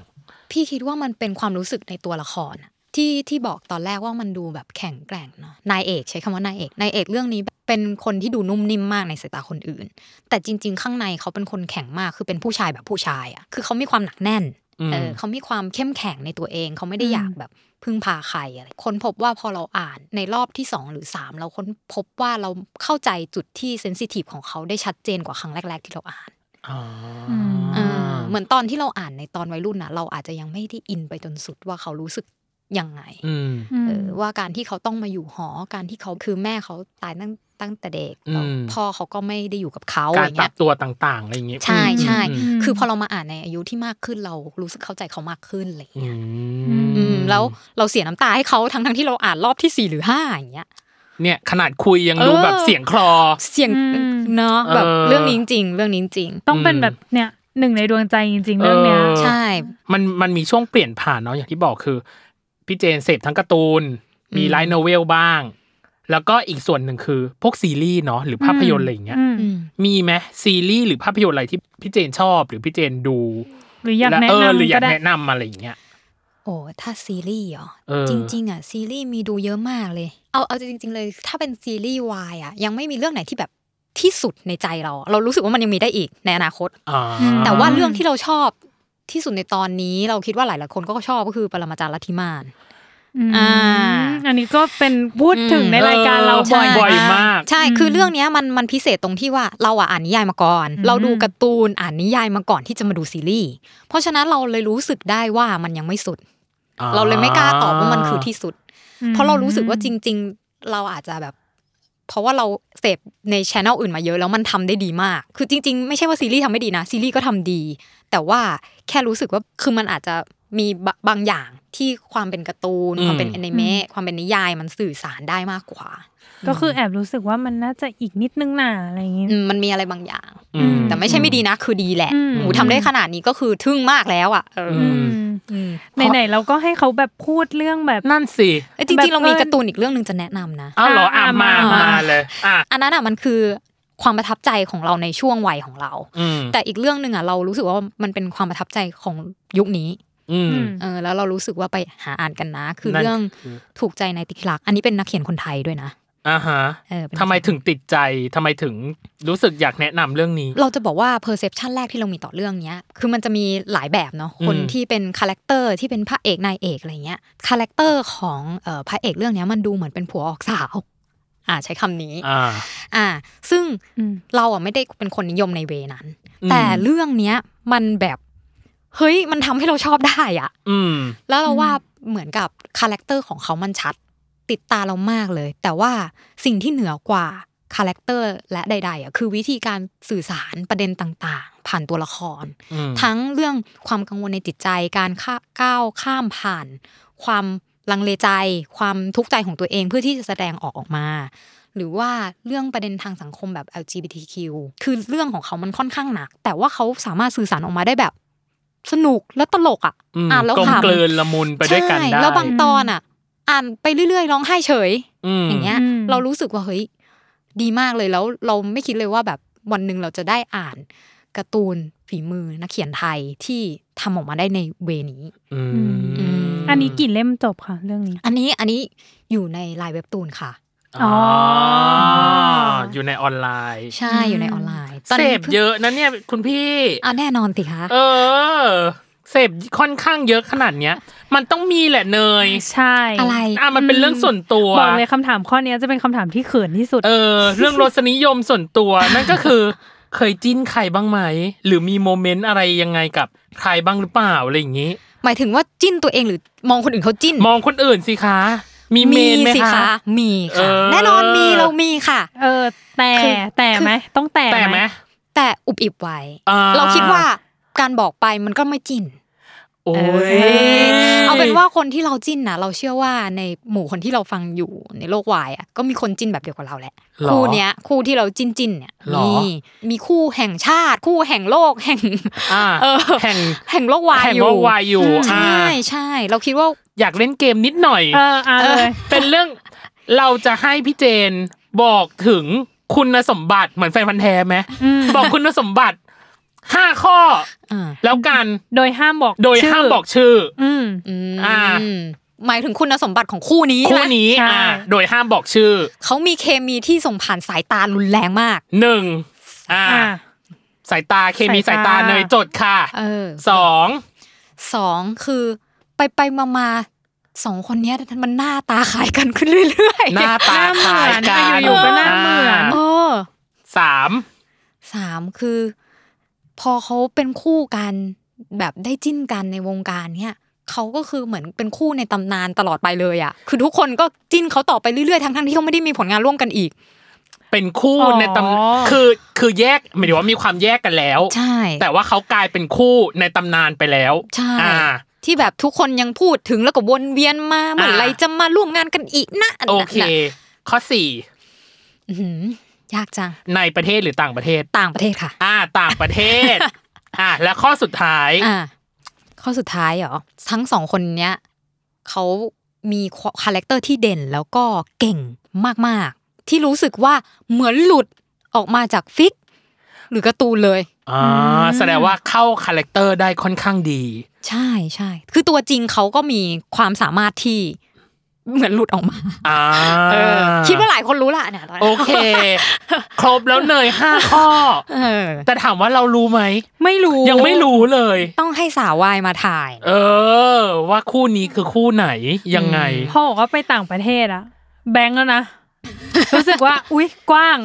S3: พี่คิดว่ามันเป็นความรู้สึกในตัวละครอะที่ที่บอกตอนแรกว่ามันดูแบบแข็งแกร่งเนาะนายเอกใช้คำว่านายเอกนายเอกเรื่องนี้เป็นคนที่ดูนุ่มนิ่มมากในสายตาคนอื่น แต่จริง ๆ ข้างในเขาเป็นคนแข็งมากคือเป็นผู้ชายแบบผู้ชายอ่ะคือเขามีความหนักแน่น
S1: อืม
S3: เออเขามีความเข้มแข็งในตัวเอง เขาไม่ได้อยากแบบพึ่งพาใครอะไรค้นพบว่าพอเราอ่านในรอบที่สองหรือสามเราค้นพบว่าเราเข้าใจจุดที่เซนซิทีฟของเขาได้ชัดเจนกว่าครั้งแรก ๆ ที่เราอ่าน
S1: อ๋อ
S3: เออเหมือนตอนที่เราอ่านในตอนวัยรุ่นนะเราอาจจะยังไม่ได้อินไปจนสุดว่าเขารู้สึกยังไง
S1: อืม
S2: อืม
S3: เออว่าการที่เขาต้องมาอยู่หอการที่เขาคือแม่เขาตายตั้งตั้งแต่เด็ก
S1: อืม
S3: แล้วพ่อเขาก็ไม่ได้อยู่กับเขา
S1: กา
S3: อ
S1: ร
S3: ย่าง
S1: ปรับ
S3: เงี้ย
S1: ตัวต่างๆอะไรอย่างเงี้ย
S3: ใช่ใช่
S2: อืม
S3: คือพอเรามาอ่านในอายุที่มากขึ้นเรารู้สึกเข้าใจเขามากขึ้นอะไรอย่าง
S1: อื
S3: เลย
S1: ม
S3: อืมแล้วเราเสียน้ำตาให้เขาทั้งทั้งๆที่เราอ่านรอบที่สี่หรือห้าอย่างเงี้ย
S1: เนี่ยขนาดคุยยังรู้
S3: เออ
S1: แบบเสียงคลอ
S3: เสียง
S2: อืม
S3: เนาะแบบ
S1: เออ
S3: เรื่องนี้จริงๆเรื่องนี้จริง
S2: ต้องเป็นแบบเนี่ยหนึ่งในดวงใจจริง ๆ เรื่องเนี้ย
S1: เออ
S3: ๆใช่
S1: มันมันมีช่วงเปลี่ยนผ่านเนาะอย่างที่บอกคือ พี่เจนเสพทั้งการ์ตูน มี
S3: อืม
S1: ไลท์โนเวลบ้าง แล้วก็อีกส่วนหนึ่งคือ พวกซีรีส์เนาะหรือภาพยนตร์อะไรอย่างเงี้ย
S2: ม
S3: อืม
S1: มีไหมซีรีส์หรือภาพยนตร์อะไรที่พี่เจนชอบหรือพี่เจนดู
S2: หรืออยาก
S1: และ
S2: แนะ
S1: เออหรือน
S2: ำ
S1: อยา
S2: ก็
S1: ก
S2: ได้
S1: แนะนำอะไรอย่างเงี้ย
S3: โอ้ถ้าซีรีส์เหรอ
S1: เออ
S3: จริงๆอ่ะซีรีส์มีดูเยอะมากเลย เอาเอาจริง ๆ เลย ถ้าเป็นซีรีส์วายอ่ะยังไม่มีเรื่องไหนที่แบบที่สุดในใจเรา เรารู้สึกว่ามันยังมีได้อีกในอนาคต
S1: อ่า
S2: อืม
S3: แต่ว่าเรื่องที่เราชอบที่สุดในตอนนี้ เราคิดว่าหลายๆคนก็ชอบก็คือปรมาจารย์ลัทธิมาน
S2: ม
S3: อ่า
S2: อันนี้ก็เป็นพูดถึงในรายการเราบ่อย
S1: บ่อยมาก
S3: ใช่คือเรื่องเนี้ยมันมันพิเศษตรงที่ว่าเราอ่ะอ่านนิยายมาก่อน
S2: อืม
S3: เราดูการ์ตูนอ่านนิยายมาก่อนที่จะมาดูซีรีส์เพราะฉะนั้นเราเลยรู้สึกได้ว่ามันยังไม่สุด เราเลยไม่กล้าตอบว่ามันคือที่สุด เพราะเรารู้สึกว่าจริง ๆ เราอาจจะแบบ เพราะว่าเราเสพในช anel อื่นมาเยอะแล้วมันทำได้ดีมาก คือจริง ๆ ไม่ใช่ว่าซีรีส์ทำไม่ดีนะ ซีรีส์ก็ทำดี แต่ว่าแค่รู้สึกว่าคือมันอาจจะมีบะบางอย่างที่ความเป็นการ์ตูน
S1: อืม
S3: ความเป็นแอนิเมะความเป็นนิยายมันสื่อสารได้มากกว่า
S2: ก็คือแอบรู้สึกว่ามันน่าจะอีกนิดนึงหน่าอะไรอย่างงี้
S3: อืมมันมีอะไรบางอย่าง
S1: อืม
S3: แต่ไม่ใช่ไม่ดีนะ คือดีแหละ
S2: อืม
S3: หมูทำได้ขนาดนี้ก็คือทึ่งมากแล้วอ่ะเออ
S1: อื
S2: อื
S1: ม
S2: ม
S3: อืม
S2: ไหนๆเราก็ให้เขาแบบพูดเรื่องแบบ
S1: นั่นสิ
S3: เอ้ยจริงๆเรามี
S2: แบบ
S3: การ์ตูนอีกเรื่องหนึ่งจะแนะนำนะ
S1: อ้าวเหรออ่ะ
S2: อ่ะ
S1: มา
S2: มา
S1: มาเลยอ่ะ
S3: อันนั้นอ่ะมันคือความประทับใจของเราในช่วงวัยของเรา
S1: อืม
S3: แต่อีกเรื่องหนึ่งอ่ะเรารู้สึกว่ามันเป็นความประทับใจของยุคนี้
S1: อืม
S2: อืม
S3: เออแล้วเรารู้สึกว่าไปหาอ่านกันนะ คือ
S1: นั่น
S3: เรื่อง
S1: คือ
S3: ถูกใจในติกลัก อันนี้เป็นนักเขียนคนไทยด้วยนะ
S1: อ่าฮะ
S3: เออเป็น
S1: ทำไมถึงติดใจทำไมถึงรู้สึกอยากแนะนำเรื่องนี้
S3: เราจะบอกว่า perception แรกที่เรามีต่อเรื่องเนี้ย คือมันจะมีหลายแบบเนาะ
S1: อืม
S3: คนที่เป็นคาแรคเตอร์ที่เป็นพระเอกนายเอกอะไรเงี้ยคาแรคเตอร์ของเอ่อพระเอกเรื่องเนี้ยมันดูเหมือนเป็นผัวออกสาวอ่าใช้คำนี้
S1: อ่า
S3: อ่า ซึ่ง
S2: อืม
S3: เราอ่ะไม่ได้เป็นคนนิยมในเวนั้น
S1: อืม
S3: แต่เรื่องเนี้ยมันแบบเฮ้ยมันทำให้เราชอบได้อ่ะ
S1: อืม
S3: แล้วเราว่าเหมือนกับคาแรคเตอร์ของเขามันชัด ติดตาเรามากเลย แต่ว่าสิ่งที่เหนือกว่าคาแรคเตอร์และใดๆอ่ะคือวิธีการสื่อสารประเด็นต่างๆ ผ่านตัวละคร
S1: อืม
S3: ทั้งเรื่องความกังวลในจิตใจการข้าก้าวข้ามผ่าน ความลังเลใจ ความทุกข์ใจของตัวเองเพื่อที่จะแสดงออกออกมา หรือว่าเรื่องประเด็นทางสังคมแบบ LGBTQ คือเรื่องของเขามันค่อนข้างหนัก แต่ว่าเขาสามารถสื่อสารออกมาได้แบบ สนุกและตลกอ่ะ
S1: อืม
S3: อ่านแล้ว
S1: กลม
S3: ขำ
S1: กลืนละมุนไปด้วยกันได้
S3: ใช่แล้วบางตอนอ่ะ อ่านไปเรื่อยๆร้องไห้เฉย
S1: อืม
S3: อย่างเงี้ย
S2: อืม
S3: เรารู้สึกว่าเฮ้ยดีมากเลยแล้วเราไม่คิดเลยว่าแบบวันหนึ่งเราจะได้อ่านการ์ตูนฝีมือนักเขียนไทยที่ทำออกมาได้ในเวนี้
S1: อืม
S3: อืม
S2: อันนี้กี่เล่มจบค่ะเรื่องนี้
S3: อันนี้อันนี้อยู่ในลายเว็บตูนค่ะ
S2: อ๋ออ
S1: อยู่ในออนไลน์
S3: ใช่อยู่ในออนไลน์ตน
S1: เส
S3: นี้
S1: พเยอะนะเนี่ยคุณพี่
S3: อ่ะแน่นอนสิคะ
S1: เออเสพค่อนข้างเยอะขนาดเนี้ย มันต้องมีแหละเนย
S2: ใช่
S3: อะไร
S1: อ่ะมันเป็นเรื่องส่วนตัว
S2: บอกเลยคำถามข้อเนี้ยจะเป็นคำถามที่เขินที่สุด
S1: เออ เรื่องรสนิยมส่วนตัว นั่นก็คือ เคยจิ้นใครบ้างไหม หรือมีโมเมนต์อะไรยังไงกับใครบ้างหรือเปล่าอะไรอย่างนี้
S3: หมายถึงว่าจิ้นตัวเองหรือมองคนอื่นเขาจิ้น
S1: มองคนอื่นสิคะ มีเมนไหม
S3: สิ
S1: คะ
S3: มีค่ะ
S1: เออ
S3: แน่นอนมีเรามีค่ะ
S2: เออ แต่
S3: คือ
S2: แต่ไหมต้องแต่
S1: แต่ไหม
S3: แต่อุบอิบไว้
S1: อ่
S3: เราคิดว่าการบอกไปมันก็ไม่จิ้น
S1: โ โอ้ย
S3: เอาเป็นว่าคนที่เราจิ้นนะเราเชื่อว่าในหมู่คนที่เราฟังอยู่ในโลกวายอ่ะก็มีคนจิ้นแบบเดียวกับเราแหละ
S1: หรอ
S3: คู่เนี้ย คู่ที่เราจิ้นจิ้นๆเนี่ย
S1: หรอ
S3: มีมีคู่แห่งชาติ คู่แห่งโลกแห่ง
S1: อ่า
S3: เออ
S1: แห่ง
S3: แห่งโลกวาย
S1: แห่ง
S3: อยู่
S1: ว่าวายอยู่
S3: ใช
S1: อ่า
S3: ่ใช่เราคิดว่า
S1: อยากเล่นเกมนิดหน่อย
S2: เอออ่ะเลย
S1: เป็นเรื่องเราจะให้พี่เจนบอกถึงคุณสมบัติเหมือนแฟนพันธ์แท้ไหมบอกคุณสมบัติห้าข้อ
S3: อ่า
S1: แล้วกัน
S2: โดยห้ามบอก
S1: โดย
S2: ชื่
S1: ห้ามบอกชื่อ
S2: อืม
S3: อืม
S1: อ่า
S3: หมายถึงคุณสมบัติของคู่นี้
S1: คู่
S3: นะ
S1: นี้
S2: ใช่
S1: อ่าโดยห้ามบอกชื่อ
S3: เขามีเคมีที่ส่งผ่านสายตารุนแรงมาก
S1: หนึ่งอ่า
S2: อ่ะ
S1: สายตาเคมีสา
S2: สาย ย
S1: ตา
S2: ตา
S1: เนยจดค่ะ
S3: เออ
S1: สอง
S3: สองคือไปไปมามาสองคนเนี้ยมันหน้าตาคล้ายกันขึ้นเรื่อยๆ
S1: หน้าตาคล้ายกัน
S2: หน้าเหมือนอยู่ๆก็หน้าเหมือน
S1: า
S3: เออ
S1: สาม
S3: สามคือ พอเขาเป็นคู่กันแบบได้จิ้นกันในวงการเนี่ยเขาก็คือเหมือนเป็นคู่ในตำนานตลอดไปเลยอ่ะคือทุกคนก็จิ้นเขาต่อไปเรื่อยๆทั้งๆที่เขาไม่ได้มีผลงานร่วมกันอีก
S1: เป็นคู่
S2: อ๋อ
S1: ในตำคือคือแยกหมายถึงว่ามีความแยกกันแล้ว
S3: ใช่
S1: แต่ว่าเขากลายเป็นคู่ในตำนานไปแล้ว
S3: ใช่
S1: อ่า
S3: ที่แบบทุกคนยังพูดถึงแล้วก็วนเวียนมาเมื่อไหรจะมาร่วมงานกันอีกนะน
S1: โอ
S3: นั้นน่ะ
S1: เค ข้อสี่
S3: อื้อหือยากจัง
S1: ในประเทศหรือต่างประเทศ
S3: ต่างประเทศค่ะ
S1: อ่า ต่างประเทศ อ่าและข้อสุดท้าย
S3: อ่าข้อสุดท้ายเหรอทั้งสองคนเนี้ยเขามีคาแรคเตอร์ที่เด่นแล้วก็เก่งมากๆ ที่รู้สึกว่าเหมือนหลุดออกมาจากฟิก หรือการ์ตูนเลย
S1: อ่า แสดงว่าเข้าคาแรคเตอร์ได้ค่อนข้างดี
S3: ใช่ใช่คือตัวจริงเขาก็มีความสามารถที่เหมือนหลุดออกมา
S1: อ่า
S3: เออคิดว่าหลายคนรู้ละเนี่ยตนนี้ย
S1: โอเค <laughs> ครบแล้วเนยห้ <laughs> าข้อ
S3: เออ
S1: แต่ถามว่าเรารู้ไหม
S3: ไม่รู้
S1: ยังไม่รู้เลย
S3: ต้องให้สาววายมาถ่าย
S1: เออ ว่าคู่นี้คือคู่ไหนยังไง
S2: พอบอกว่าไปต่างประเทศอะแบงค์แล้วนะ รู้สึกว่า <laughs> อุ๊ย กว้าง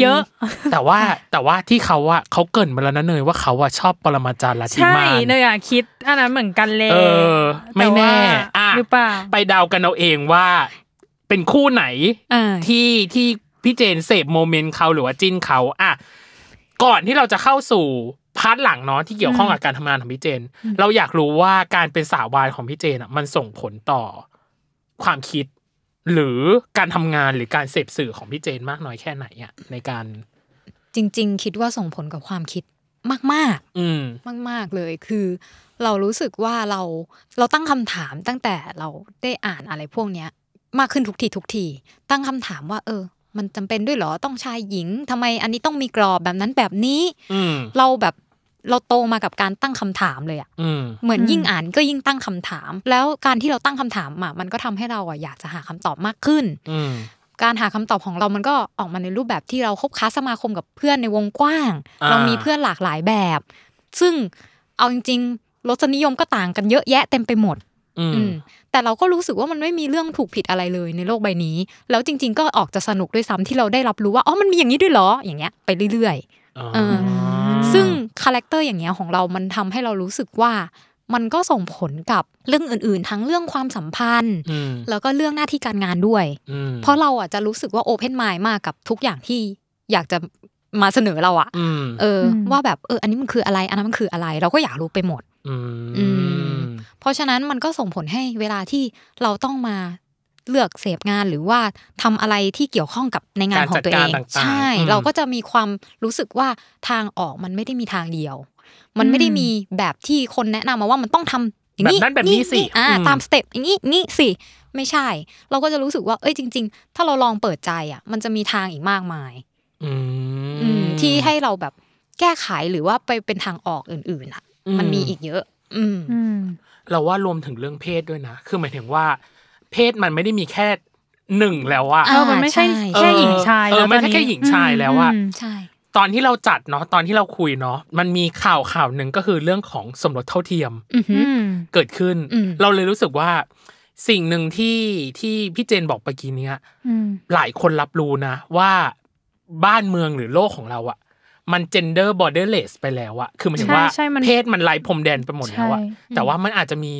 S2: เยอะ
S1: แต่ว่าแต่ว่าที่เขาอะเขาเกรินมาแล้วนะเนยว่าเขาอะชอบปรมาจารย์ลาติ
S2: ใช่
S1: มาน
S2: เนยอะคิดอันนั้นเหมือนกันเลย
S1: เออ ไม่แน่
S2: ต่ว่า
S1: อ่ะ
S2: หรือเปล่า
S1: ไปเดากันเอาเองว่า เป็นคู่ไหน
S3: อ่า
S1: ที่ที่พี่เจนเสพโมเมนต์เขาหรือว่าจิ้นเขาอ่ะก่อนที่เราจะเข้าสู่พาร์ทหลังเนาะที่เกี่ยวข้องกับการทำงานของพี่เจน เราอยากรู้ว่าการเป็นสาววายของพี่เจนอะมันส่งผลต่อความคิด หรือการทำงานหรือการเสพสื่อของพี่เจนมากน้อยแค่ไหนอ่ะในการ
S3: จริง ๆ คิดว่าส่งผลกับความคิดมากมาก
S1: อืม
S3: ๆมาก ๆ เลยคือ เรารู้สึกว่าเราเราตั้งคำถามตั้งแต่เราได้อ่านอะไรพวกเนี้ย มากขึ้นทุกทีทุกที ตั้งคำถามว่า เออ มันจำเป็นด้วยเหรอต้องชายหญิงทำไมอันนี้ต้องมีกรอบแบบนั้นแบบนี้
S1: อืม
S3: เราแบบเราโตมากับการตั้งคำถามเลยอะ
S1: อืม
S3: เหมือน
S2: อืม
S3: ยิ่งอ่านก็ยิ่งตั้งคำถาม แล้วการที่เราตั้งคำถามอ่ะมันก็ทำให้เราอ่ะอยากจะหาคำตอบมากขึ้น
S1: อืม
S3: การหาคำตอบของเรามันก็ออกมาในรูปแบบที่เราคบค้าสมาคมกับเพื่อนในวงกว้าง
S1: อ่า
S3: เรามีเพื่อนหลากหลายแบบ ซึ่งเอาจริงๆรสนิยมก็ต่างกันเยอะแยะเต็มไปหมด
S1: อืม
S3: อืมแต่เราก็รู้สึกว่ามันไม่มีเรื่องถูกผิดอะไรเลยในโลกใบนี้ แล้วจริง ๆ ก็ออกจะสนุกด้วยซ้ำที่เราได้รับรู้ว่าอ๋อมันมีอย่างนี้ด้วยเหรออย่างเงี้ยไปเรื่อยๆ เออ ซึ่งคาแรคเตอร์อย่างเงี้ยของเรามันทำให้เรารู้สึกว่ามันก็ส่งผลกับเรื่องอื่น ๆ ทั้งเรื่องความสัมพันธ์
S1: อืม
S3: แล้วก็เรื่องหน้าที่การงานด้วย
S1: อืม
S3: เพราะเราอ่ะจะรู้สึกว่าโอเพนไมล์มากกับทุกอย่างที่อยากจะมาเสนอเราอ่ะ
S1: อืม
S3: เอออ
S2: ม
S3: ว่าแบบเอออันนี้มันคืออะไร อันนั้นมันคืออะไร เราก็อยากรู้ไปหมด
S1: อื
S3: อื
S1: ม
S3: ม เพราะฉะนั้นมันก็ส่งผลให้เวลาที่เราต้องมาเลือกเสพงานหรือว่าทำอะไรที่เกี่ยวข้องกับในงานของตัวเอง
S1: การจัดการต่างๆ
S3: ใช่
S1: อืม
S3: เราก็จะมีความรู้สึกว่าทางออกมันไม่ได้มีทางเดียว มันไม่ได้มีแบบที่คนแนะนำมาว่ามันต้องทำอย่าง
S1: แบบนั้นแบบนี้สิ
S3: อ่า
S1: อืม
S3: ตามสเต็ปอย่างนี้นี่สิไม่ใช่ เราก็จะรู้สึกว่าเอ้ยจริง ๆ ถ้าเราลองเปิดใจอ่ะ มันจะมีทางอีกมากมาย
S1: อืม
S3: อืมที่ให้เราแบบแก้ไขหรือว่าไปเป็นทางออกอื่นๆอ่ะ มันมีอีกเยอะ อืม
S2: อืม
S1: เราว่ารวมถึงเรื่องเพศด้วยนะ คือหมายถึงว่า เพศมันไม่ได้มีแค่หนึ่งแล้วอะ
S2: เออมันไม่ใช่
S3: ใช่
S2: แค่หญิงชาย
S1: เออ
S2: แล้ว
S1: ไม่
S2: ตอ
S1: ใช่
S2: นนี้
S1: แค่หญิงชายแล้วอะ
S2: อืม
S3: ใช่
S1: ตอนที่เราจัดเนาะ ตอนที่เราคุยเนาะ มันมีข่าวข่าวหนึ่งก็คือเรื่องของสมรสเท่าเทียม
S3: อือหื
S2: อื
S3: อ
S2: ม
S1: เกิดขึ้น
S3: อืม
S1: เราเลยรู้สึกว่า สิ่งหนึ่งที่ที่พี่เจนบอกเมื่อกี้เนี้ย
S2: อืม
S1: หลายคนรับรู้นะ ว่าบ้านเมืองหรือโลกของเราอะมัน gender borderless ไปแล้วอะคือหมันถึง
S2: ใช่
S1: ว่า
S2: ใช่มัน
S1: เพศมันไร้พรมแดนไปหมดแล้วอะ
S2: ใช่
S1: แต่ว่ามันอาจจะมี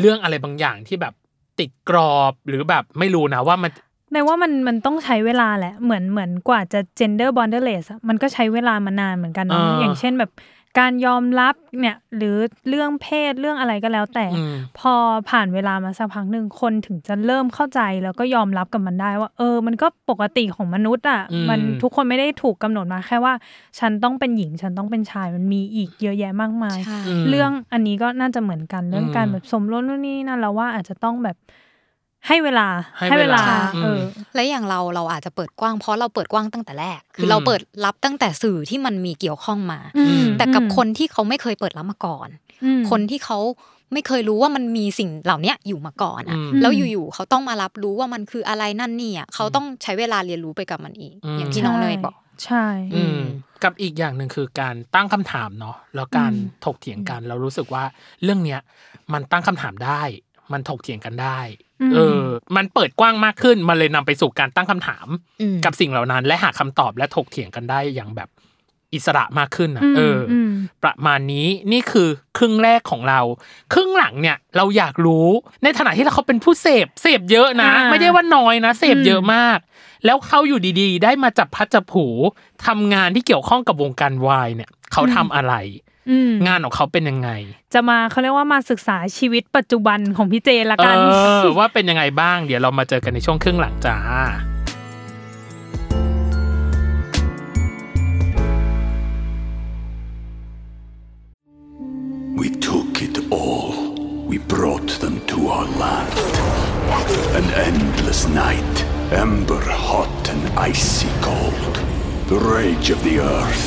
S1: เรื่องอะไรบางอย่างที่แบบติดกรอบหรือแบบไม่รู้นะว่ามัน
S2: ในว่ามันมันต้องใช้เวลาแหละ เหมือนเหมือนกว่าจะ gender borderless อะมันก็ใช้เวลามานานเหมือนกันเนอะ
S1: อ่า
S2: อย่างเช่นแบบ การยอมรับเนี่ยหรือเรื่องเพศเรื่องอะไรก็แล้วแต่
S1: อืม
S2: พอผ่านเวลามาสักพักหนึ่งคนถึงจะเริ่มเข้าใจแล้วก็ยอมรับกับมันได้ว่า เออ มันก็ปกติของมนุษย์อ่ะ
S1: อืม
S2: มันทุกคนไม่ได้ถูกกำหนดมาแค่ว่า ฉันต้องเป็นหญิงฉันต้องเป็นชายมันมีอีกเยอะแยะมากมาย
S3: ใช่
S1: ม
S2: เรื่องอันนี้ก็น่าจะเหมือนกันเรื่อง
S1: อืม
S2: การแบบสมรสนู่นนี่นั่นเราว่าอาจจะต้องแบบให้เวลา
S1: ให้เวลาอืม
S2: เออ
S3: และอย่างเราเราอาจจะเปิดกว้างเพราะเราเปิดกว้างตั้งแต่แรก คือ
S1: ม
S3: เราเปิดรับตั้งแต่สื่อที่มันมีเกี่ยวข้องมา
S2: อืม
S3: แต่กับ
S2: อืม
S3: คนที่เขาไม่เคยเปิดรับมาก่อน
S2: อืม
S3: คนที่เขาไม่เคยรู้ว่ามันมีสิ่งเหล่าเนี้ยอยู่มาก่อนอะ
S1: อืม
S3: แล้วอยู่ๆเขาต้องมารับรู้ว่ามันคืออะไรนั่นนี่อะเขาต้องใช้เวลาเรียนรู้ไปกับมันอีก
S1: อืม
S3: อย่างที่น้องเนยบอก
S2: ใช่
S1: อื
S3: อื
S1: ม
S3: ม
S1: กับอีกอย่างหนึ่งคือการตั้งคำถามเนาะแล้วการ
S2: อืม
S1: ถกเถียงกันเรารู้สึกว่าเรื่องเนี้ยมันตั้งคำถามได้ มันถกเถียงกันได้ เออ มันเปิดกว้างมากขึ้น มันเลยนำไปสู่การตั้งคำถาม
S3: อืม
S1: กับสิ่งเหล่านั้น และหาคำตอบและถกเถียงกันได้อย่างแบบอิสระมากขึ้นนะเอออ
S2: ม
S1: ประมาณนี้นี่คือครึ่งแรกของเรา ครึ่งหลังเนี่ยเราอยากรู้ในฐานะที่เราเขาเป็นผู้เสพเสพเยอะนะ
S2: อ่า
S1: ไม่ได้ว่าน้อยนะเสพ
S2: อืม
S1: เยอะมาก แล้วเขาอยู่ดีๆ ได้มาจับพัดจับผูทำงานที่เกี่ยวข้องกับวงการวายเนี่ยเขาทำอะไร
S2: อืม
S1: งานของเขาเป็นยังไง
S2: จะมาเขาเรียกว่ามาศึกษาชีวิตปัจจุบันของพี่เจละ
S1: เอ
S2: กัน
S1: อว่าเป็นยังไงบ้างเดี๋ยวเรามาเจอกันในช่วงครึ่งหลังจ้า
S4: We took it all. We brought them to our land. An endless night, ember hot and icy cold. The rage of the earth.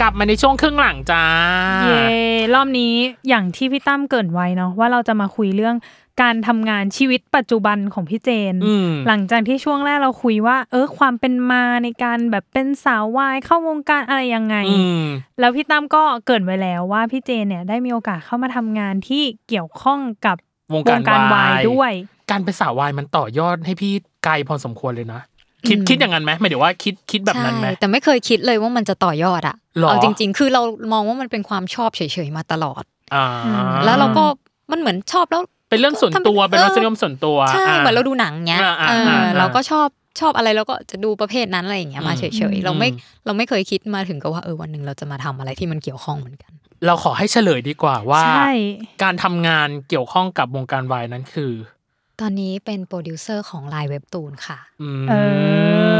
S1: กลับมาในช่วงครึ่งหลังจ้า
S2: เย่รอบนี้อย่างที่พี่ตั้มเกรินไว้เนาะว่าเราจะมาคุยเรื่องการทำงานชีวิตปัจจุบันของพี่เจน
S1: อืม
S2: หลังจากที่ช่วงแรกเราคุยว่า เออความเป็นมาในการแบบเป็นสาววายเข้าวงการอะไรยังไง
S1: อืม
S2: แล้วพี่ตั้มก็เกรินไว้แล้วว่าพี่เจนเนี่ยได้มีโอกาสเข้ามาทำงานที่เกี่ยวข้องกับ
S1: วงการวาย
S2: ด้วย
S1: การเป็นสาววายมันต่อยอดให้พี่ไกลพอสมควรเลยนะ คิดคิดอย่างนั้นไหมหมายถึงว่าคิดคิดแบบนั้นไหม
S3: ใช่แต่ไม่เคยคิดเลยว่ามันจะต่อยอดอะ
S1: หรอ
S3: เอาจริง ๆ คือเรามองว่ามันเป็นความชอบเฉยๆมาตลอด
S1: อ่า
S3: แล้วเราก็มันเหมือนชอบแล้ว
S1: เป็นเรื่องส่วนตัวเป็นรสนิยมส่วนตัว
S3: ใช่
S1: ะ
S3: เหมือนเราดูหนังเงี้ย
S1: อ่าอ่า
S3: เออ
S1: อ่า
S3: เราก็ชอบชอบอะไรเราก็จะดูประเภทนั้นอะไรอย่างเงี้ยมา
S1: อืม
S3: เฉยๆ เราไม่
S1: อืม
S3: เราไม่เคยคิดมาถึงกับว่าเออวันหนึ่งเราจะมาทำอะไรที่มันเกี่ยวข้องเหมือนกัน
S1: เราขอให้เฉลยดีกว่าว่า
S2: ใช่
S1: การทำงานเกี่ยวข้องกับวงการวายนั้นคือ
S3: ตอนนี้เป็นโปรดิวเซอร์ของไลน์เว็บตูนค่ะ
S1: อืม
S2: เอ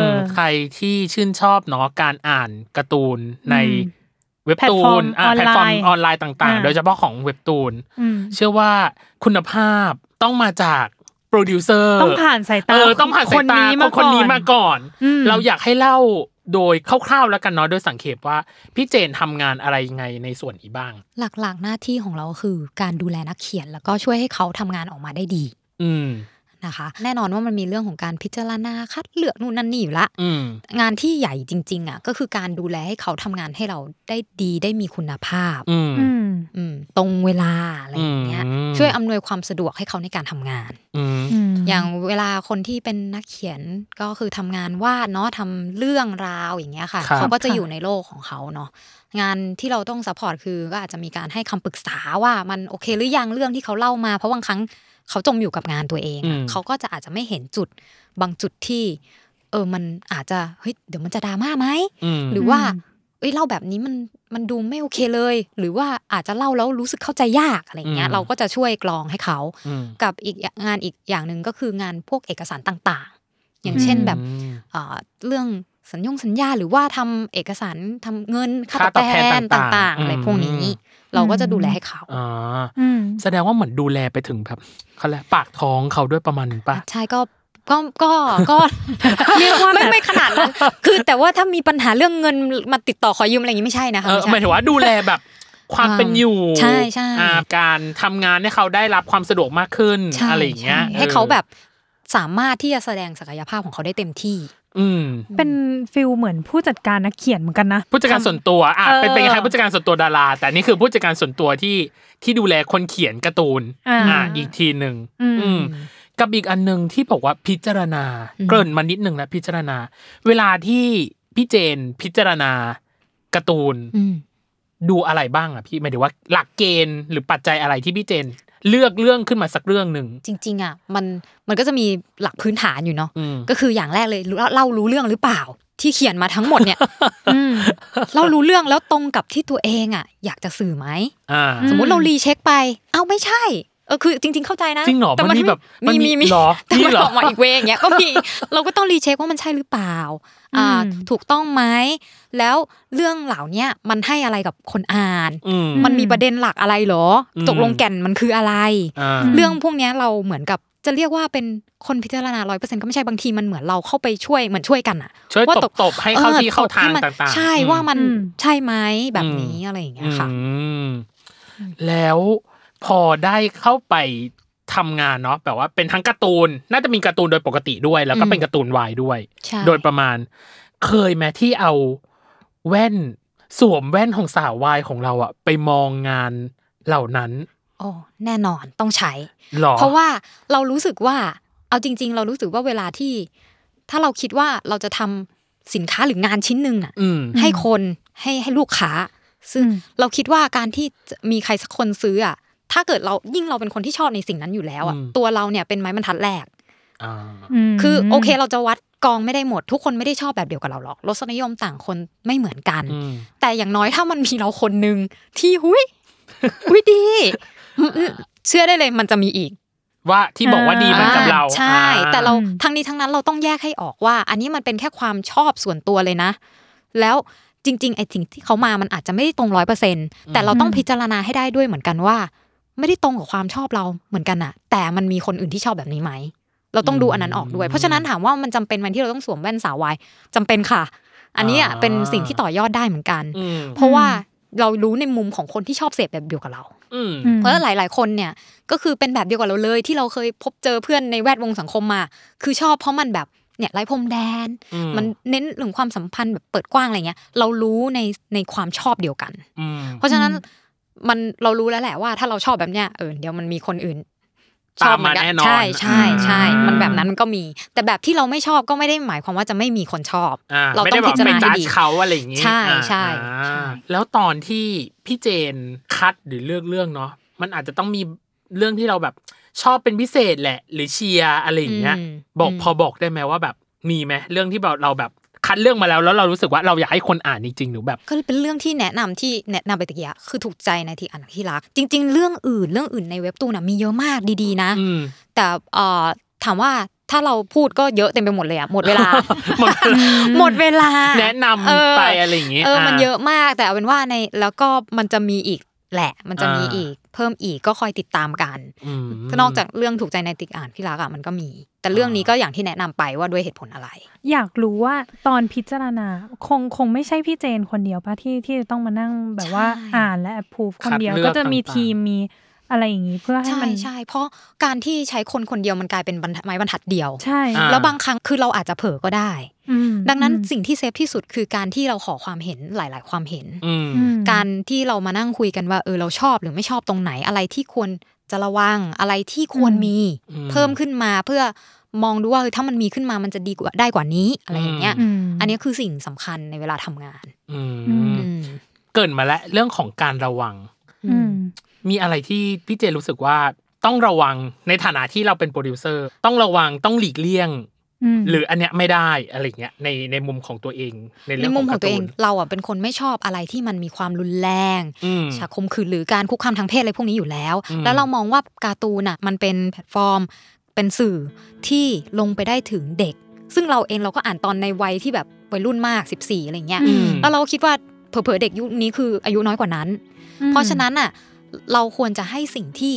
S2: อ
S1: ใครที่ชื่นชอบเนาะการอ่านการ์ตูนใน
S2: อืม
S1: เว็บตูนอ่า
S2: แพ
S1: แพ
S2: ล
S1: ลต
S2: ตฟ
S1: ฟ
S2: อ
S1: อ
S2: ร์
S1: ร์
S2: ม
S1: ม
S2: อ
S1: อ
S2: อ
S1: อน น
S2: ไล
S1: ไล
S2: น์
S1: น์ต่าง
S2: อ่า
S1: ๆ โดยเฉพาะของเว็บตูน
S2: อืม
S1: เชื่อว่าคุณภาพต้องมาจากโปรดิวเซอร์
S2: ต้องผ่านสายตา
S1: เออต้องผ่านสายตาของคนนี้มาก่อน
S2: อืม
S1: เราอยากให้เล่าโดยคร่าวๆแล้วกันเนาะโดยสังเขปว่าพี่เจนทำงานอะไรยังไงในส่วนนี้บ้าง
S3: หลักๆหน้าที่ของเราคือการดูแลนักเขียน แล้วก็ช่วยให้เขาทำงานออกมาได้ดี
S1: อืม
S3: นะคะ แน่นอนว่ามันมีเรื่องของการพิจารณาคัดเลือกนู่นนั่นนี่อยู่ละ
S1: อืม
S3: งานที่ใหญ่จริงๆอ่ะก็คือการดูแลให้เขาทำงานให้เราได้ดีได้มีคุณภาพ
S1: อืม
S2: อืม
S3: อืมตรงเวลาอะไรอย่างเงี้ย
S1: อืม
S3: ช่วยอำนวยความสะดวกให้เขาในการทำงาน
S1: อืม
S3: อย่างเวลาคนที่เป็นนักเขียนก็คือทำงานวาดเนาะทำเรื่องราวอย่างเงี้ยค่ะ
S1: ครับ
S3: เขาก็จะ
S2: ค่ะ
S3: อยู่ในโลกของเขาเนาะงานที่เราต้องซัพพอร์ตคือก็อาจจะมีการให้คำปรึกษาว่ามันโอเคหรือยังเรื่องที่เขาเล่ามา เพราะบางครั้งเขาจมอยู่กับงานตัวเองอะเขาก็จะอาจจะไม่เห็นจุดบางจุดที่ เออมันอาจจะเฮ้ยเดี๋ยวมันจะดราม่าไหม
S1: อืม
S3: หรือว่าเอ้ยเล่าแบบนี้มันมันดูไม่โอเคเลย หรือว่าอาจจะเล่าแล้วรู้สึกเข้าใจยากอะไรอย่างเงี้
S1: อื
S3: ย
S1: ม
S3: เราก็จะช่วยกรองให้เขา
S1: อืม
S3: กับอีกอย่างงานอีกอย่างหนึ่งก็คืองานพวกเอกสารต่างๆ อย่างเช่นแบบ
S1: อืม
S3: เอ่อเรื่องสัญญงสัญญาหรือว่าทำเอกสารทำเงินค่า
S1: ค่า
S3: ต
S1: ตอ
S3: อบบ แท
S1: แทน
S3: น
S1: ต่างๆ
S3: ต่างๆ อะไร
S1: อืม
S3: พวกนี้ เราก็จะดูแลให้เขา
S1: อ่า
S2: อืม
S1: แสดงว่าเหมือนดูแลไปถึงแบบเขาแหละปากท้องเขาด้วยประมาณหนึงป่ะ
S3: ใช่ก็ก็ก็
S1: <laughs>
S3: ก็
S2: เรียกว่าแบบ
S3: <laughs> ไม่ไม่ขนาดนั้นคือแต่ว่าถ้ามีปัญหาเรื่องเงินมาติดต่อขอยืมอะไรอย่างงี้ไม่ใช่นะคะ
S1: เออ
S3: ไใช่
S1: หมายถึงว่าดูแลแบบ <laughs> ความเป็นอยู่
S3: ใช่ใช่
S1: อ่าการทำงานให้เขาได้รับความสะดวกมากขึ้น
S3: ใช่
S1: อะไรอย่างเงี้ย
S3: ใช่ให้เขาแบบสามารถที่จะแสดงศักยภาพของเขาได้เต็มที่
S1: อืม
S2: เป็นฟิลเหมือนผู้จัดการนักเขียนเหมือนกันนะ
S1: ผู้จัดการส่วนตัวอ่ะ
S2: เออ
S1: เป็นเป็นคล้ายๆผู้จัดการส่วนตัวดารา แต่นี่คือผู้จัดการส่วนตัวที่ที่ดูแลคนเขียนการ์ตูน
S2: อ่า
S1: อ่าอีกทีหนึ่ง
S2: อืม
S1: อืมกับอีกอันหนึ่งที่บอกว่าพิจารณา
S3: อืม
S1: เกริ่นมานิดหนึ่งนะพิจารณา เวลาที่พี่เจนพิจารณาการ์ตูน
S3: อืม
S1: ดูอะไรบ้างอ่ะพี่หมายถึงว่าหลักเกณฑ์หรือปัจจัยอะไรที่พี่เจน เลือกเรื่องขึ้นมาสักเรื่องหนึ่ง
S3: จริง ๆ อ่ะ มันมันก็จะมีหลักพื้นฐานอยู่เนาะ
S1: อืม
S3: ก็คืออย่างแรกเลยรู้เล่ารู้เรื่องหรือเปล่า ที่เขียนมาทั้งหมด
S1: <laughs>
S3: เนี่ย อืมเล่ารู้เรื่องแล้วตรงกับที่ตัวเองอ่ะ อยากจะสื่อไหม
S1: อ่า
S3: สมมติ
S2: อืม
S3: เรารีเช็คไป เอ้าไม่ใช่ เออคือจริง ๆ เข้าใจนะ
S1: จริงเหรอ
S3: แต่
S1: มันมีแบบมันมี
S3: มีมี
S1: หรอ
S3: แต่
S1: มี
S3: มัน
S1: เหรอ
S3: ออกมาอีกเวย์อย่างเงี้ยก็
S1: <laughs>
S3: มีเราก็ต้องรีเช็คว่ามันใช่หรือเปล่า อ่า
S2: อืม
S3: ถูกต้องไหมแล้วเรื่องเหล่าเนี้ยมันให้อะไรกับคนอ่าน
S1: อืม
S3: มันมีประเด็นหลักอะไรเหรออ
S1: ม
S3: ตกลงแก่นมันคืออะไร
S1: อ่า
S3: เรื่องพวกเนี้ยเราเหมือนกับจะเรียกว่าเป็นคนพิจารณาร้อยเปอร์เซ็นต์ก็ไม่ใช่บางทีมันเหมือนเราเข้าไปช่วยเหมือนช่วยกันอะ
S1: ช่วย
S3: ว่า
S1: ตบตบให้เข้า
S3: ออ
S1: ที่เข้า
S3: ตบให้
S1: ทาง
S3: มัน
S1: ต่างๆ
S3: ใช่
S1: อืม
S3: ว่ามัน
S2: อืม
S3: ใช่ไหมแบบ
S1: อืม
S3: นี้อะไรอย่างเงี้
S1: อื
S3: ยค่ะ
S1: มแล้วพอได้เข้าไปทำงานเนาะแบบว่าเป็นทั้งการ์ตูน น่าจะมีการ์ตูนโดยปกติด้วย แล้วก็
S3: อืม
S1: เป็นการ์ตูนวายด้วย
S3: ใช่
S1: โดยประมาณ เคยไหมที่เอาแว่นสวมแว่นของสาววายของเราอะไปมองงานเหล่านั้น
S3: โอ้แน่นอนต้องใช้
S1: หรอ
S3: เพราะว่าเรารู้สึกว่าเอาจริง ๆ เรารู้สึกว่าเวลาที่ ถ้าเราคิดว่าเราจะทำสินค้าหรืองานชิ้นหนึ่งอะ
S1: อืม
S3: ให้คนให้ให้ลูกค้า ซึ่ง
S2: อืม
S3: เราคิดว่าการที่จะมีใครสักคนซื้ออ่ะถ้าเกิดเรายิ่งเราเป็นคนที่ชอบในสิ่งนั้นอยู่แล้วอ่ะ
S1: อืม
S3: ตัวเราเนี่ยเป็นไม้บรรทัดแรก
S1: อ่า
S2: ม
S3: คือโอเคเราจะวัดกองไม่ได้หมด ทุกคนไม่ได้ชอบแบบเดียวกับเราหรอกรสนิยมต่างคนไม่เหมือนกัน
S1: อืม
S3: แต่อย่างน้อยถ้ามันมีเราคนหนึ่งที่หุยหุยดีอืมอืมเชื่อได้เลยมันจะมีอีก
S1: ว่าที่บอกว่าดีเหมือนกับเรา
S3: ใช่
S1: อ่า
S3: แต่เราทั้งนี้ทั้งนั้นเราต้องแยกให้ออกว่า อันนี้มันเป็นแค่ความชอบส่วนตัวเลยนะ แล้วจริง ๆ ไอ้สิ่งที่เขามามันอาจจะไม่ได้ตรงร้อยเปอร์เซ็นแต่เราต้องพิจารณาให้ได้ด้วยเหมือนกันว่า ไม่ได้ตรงกับความชอบเราเหมือนกันอะแต่มันมีคนอื่นที่ชอบแบบนี้ไหม เราต้องดูอันนั้นออกด้วย เพราะฉะนั้นถามว่ามันจำเป็นไหมที่เราต้องสวมแว่นสาววายจำเป็นค่ะ อันนี้อะ
S1: อ่า
S3: เป็นสิ่งที่ต่อยอดได้เหมือนกัน
S1: อืม
S3: เพราะว่าเรารู้ในมุมของคนที่ชอบเสพแบบเดียวกับเรา
S1: อืม
S2: อืม
S3: เพราะหลาย ๆ คนเนี่ยก็คือเป็นแบบเดียวกับเราเลยที่เราเคยพบเจอเพื่อนในแวดวงสังคมมา คือชอบเพราะมันแบบเนี่ยไร้พรมแดน
S1: อืม
S3: มันเน้นเรื่องความสัมพันธ์แบบเปิดกว้างอะไรเงี้ย เรารู้ในในความชอบเดียวกัน
S1: อืม
S3: เพราะฉะนั้นมันเรารู้แล้วแหละว่าถ้าเราชอบแบบเนี้ยเออเดี๋ยวมันมีคนอื่นชอบเหมือน
S1: ตาม
S3: กั
S1: มาแน่นอน
S3: ใช่ใช่ใช่
S1: อืม
S3: มันแบบนั้นมันก็มี แต่แบบที่เราไม่ชอบก็ไม่ได้หมายความว่าจะไม่มีคนชอบ
S1: อ่
S3: เรา
S1: ไม่
S3: ต้อ
S1: ได้แบ
S3: งพิ
S1: บ
S3: จาร
S1: ไป
S3: ณาให้
S1: จัด
S3: ดี
S1: เขาอะไรอย่างงี้
S3: ใช่
S1: อ่า
S3: ใช่
S1: อ่า
S3: ใช่
S1: แล้วตอนที่พี่เจนคัดหรือเลือกเรื่องเนาะมันอาจจะต้องมีเรื่องที่เราแบบชอบเป็นพิเศษแหละ หรือเชียร์อะไรอย่างเงี้ย
S3: อืม
S1: บอก
S3: ม
S1: พอบอกได้ไหมว่าแบบมีไหมเรื่องที่แบบเราแบบคัดเรื่องมาแล้ว แล้วเรารู้สึกว่าเราอยากให้คนอ่านจริงๆหรือแบบ
S3: ก็เป็นเรื่องที่แนะนำที่แนะนำไปตะกี้อะคือถูกใจในที่อ่านที่รัก จริง ๆ เรื่องอื่นเรื่องอื่นในเว็บตูนอะมีเยอะมากดีๆนะ
S1: อืม
S3: แต่เอ่อถามว่าถ้าเราพูดก็เยอะเต็มไปหมดเลยอะหมดเวลา
S1: หมดเวลา
S3: หมดเวลา
S1: แนะนำ
S3: เออ
S1: ไปอะไรอย่างงี้
S3: เออมัน
S1: อ่า
S3: เยอะมากแต่เอาเป็นว่าในแล้วก็มันจะมีอีกแหละ มันจะมี
S1: อ่า
S3: อีก เพิ่มอีกก็คอยติดตามกัน
S1: อืม
S3: นอกจากเรื่องถูกใจในติกอ่านพี่รักอะมันก็มี แต่เรื่องนี้ก็อย่างที่แนะนำไปว่าด้วยเหตุผลอะไร
S2: อยากรู้ว่าตอนพิจารณาคงคงไม่ใช่พี่เจนคนเดียวปะที่ที่จะต้องมานั่งแบบว่า
S3: ใช่
S2: อ่านและแอปพูฟคนเดียว
S1: คัดเลือก
S2: ก็จะมี
S1: ต่างๆ
S2: ทีมมีอะไรอย่างนี้เพื่อให้
S3: ใช่
S2: มัน
S3: ใช่เพราะการที่ใช้คนคนเดียวมันกลายเป็นบรรทัดไม้บรรทัดเดียว
S2: ใช่
S1: อ่า
S3: แล้วบางครั้งคือเราอาจจะเผลอก็ได้
S2: อืม
S3: ดังนั้น
S2: อืม
S3: สิ่งที่เซฟที่สุดคือการที่เราขอความเห็นหลาย ๆ ความเห็น
S1: อืม
S2: อืม
S3: การที่เรามานั่งคุยกันว่าเออเราชอบหรือไม่ชอบตรงไหนอะไรที่ควรจะระวังอะไรที่ควรมี
S1: อืม
S3: เพิ่มขึ้นมาเพื่อมองดูว่าเออถ้ามันมีขึ้นมามันจะดีกว่าได้กว่านี้อะไรอย่างเงี้ย
S2: อืม
S3: อันนี้คือสิ่งสำคัญในเวลาทำงาน
S1: อื
S2: อื
S1: ม
S2: ม
S3: อืม
S1: เกรินมาแล้วเรื่องของการระวัง
S2: อืม
S1: มีอะไรที่พี่เจรู้สึกว่าต้องระวังในฐานะที่เราเป็นโปรดิวเซอร์ต้องระวังต้องหลีกเลี่ยง
S2: ม
S1: หรืออันเนี้ยไม่ได้อะไรอย่างเงี้ยในในมุมของตัวเองใน
S3: ใน
S1: เรื่อง
S3: มุ
S1: ขอ
S3: มขอก
S1: งาง ร์
S3: ตัว
S1: ตู
S3: เอง
S1: น
S3: เราอ่ะเป็นคนไม่ชอบอะไรที่มันมีความรุนแรง
S1: อืม
S3: ฉาคมขืนหรือการคุกคามทางเพศอะไรพวกนี้อยู่แล้ว
S1: อืม
S3: แล้วเรามองว่าการ์ตูนน่ะมันเป็นแพลตฟอร์ม เป็นสื่อที่ลงไปได้ถึงเด็ก ซึ่งเราเองเราก็อ่านตอนในวัยที่แบบวัยรุ่นมาก 14 อะไรเงี้ย
S2: อื
S1: อืม
S3: แล้วเราก็คิดว่าเผลอๆเด็กยุคนี้คืออายุน้อยกว่านั้น
S2: อืม
S3: เพราะฉะนั้นอ่ะเราควรจะให้สิ่งที่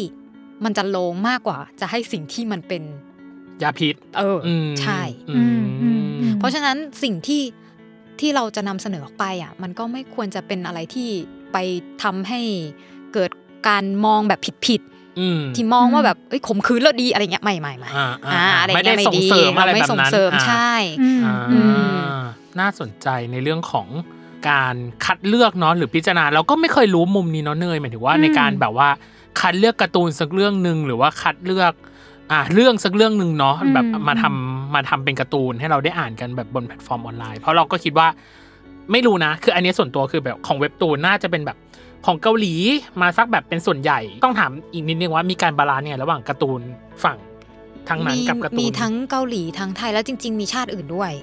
S3: มันจะโลงมากกว่า จะให้สิ่งที่มันเป็น
S1: ยาพิษ
S3: เอออ
S1: ม
S3: ใช่
S1: อืม
S2: อืมอืม
S3: เพราะฉะนั้นสิ่งที่ที่เราจะนำเสนอออกไปอ่ะมันก็ไม่ควรจะเป็นอะไรที่ไปทำให้เกิดการมองแบบผิด
S1: อืม
S3: ที่มองว่าแบบเอ้ยข่มขืนแล้วดีอะไรเงี้ยไม่ไม่ไม่
S1: อ่าอ่า
S3: อ่าอะไร
S1: ไม่ได้
S3: เงี้ยไม่
S1: ส่ง
S3: ดี
S1: เสริมอะไร
S3: เราไม่
S1: แบบ
S3: ส่ง
S1: นั้น
S3: เสริม
S1: อ่า
S3: ใช่
S2: อืม
S1: อ่า
S3: อืม
S1: น่าสนใจในเรื่องของการคัดเลือกเนาะหรือพิจารณาเราก็ไม่เคยรู้มุมนี้เนาะเนยหมายถึงว่า
S2: อืม
S1: ในการแบบว่าคัดเลือกการ์ตูนสักเรื่องหนึ่งหรือว่าคัดเลือกอ่าเรื่องสักเรื่องหนึ่งเนาะแบบมาทำมาทำเป็นการ์ตูนให้เราได้อ่านกันแบบบนแพลตฟอร์มออนไลน์ เพราะเราก็คิดว่าไม่รู้นะ คืออันนี้ส่วนตัวคือแบบของเว็บตูนน่าจะเป็นแบบของเกาหลีมาสักแบบเป็นส่วนใหญ่ ต้องถามอีกนิดนึงว่ามีการบาลานซ์เนี่ยระหว่างการ์ตูนฝั่งทางนั้น
S3: มี
S1: กับการ์ตูน
S3: มีทั้งเกาหลีทั้งไทยแล้วจริง ๆ มีชาติอื่นด้วย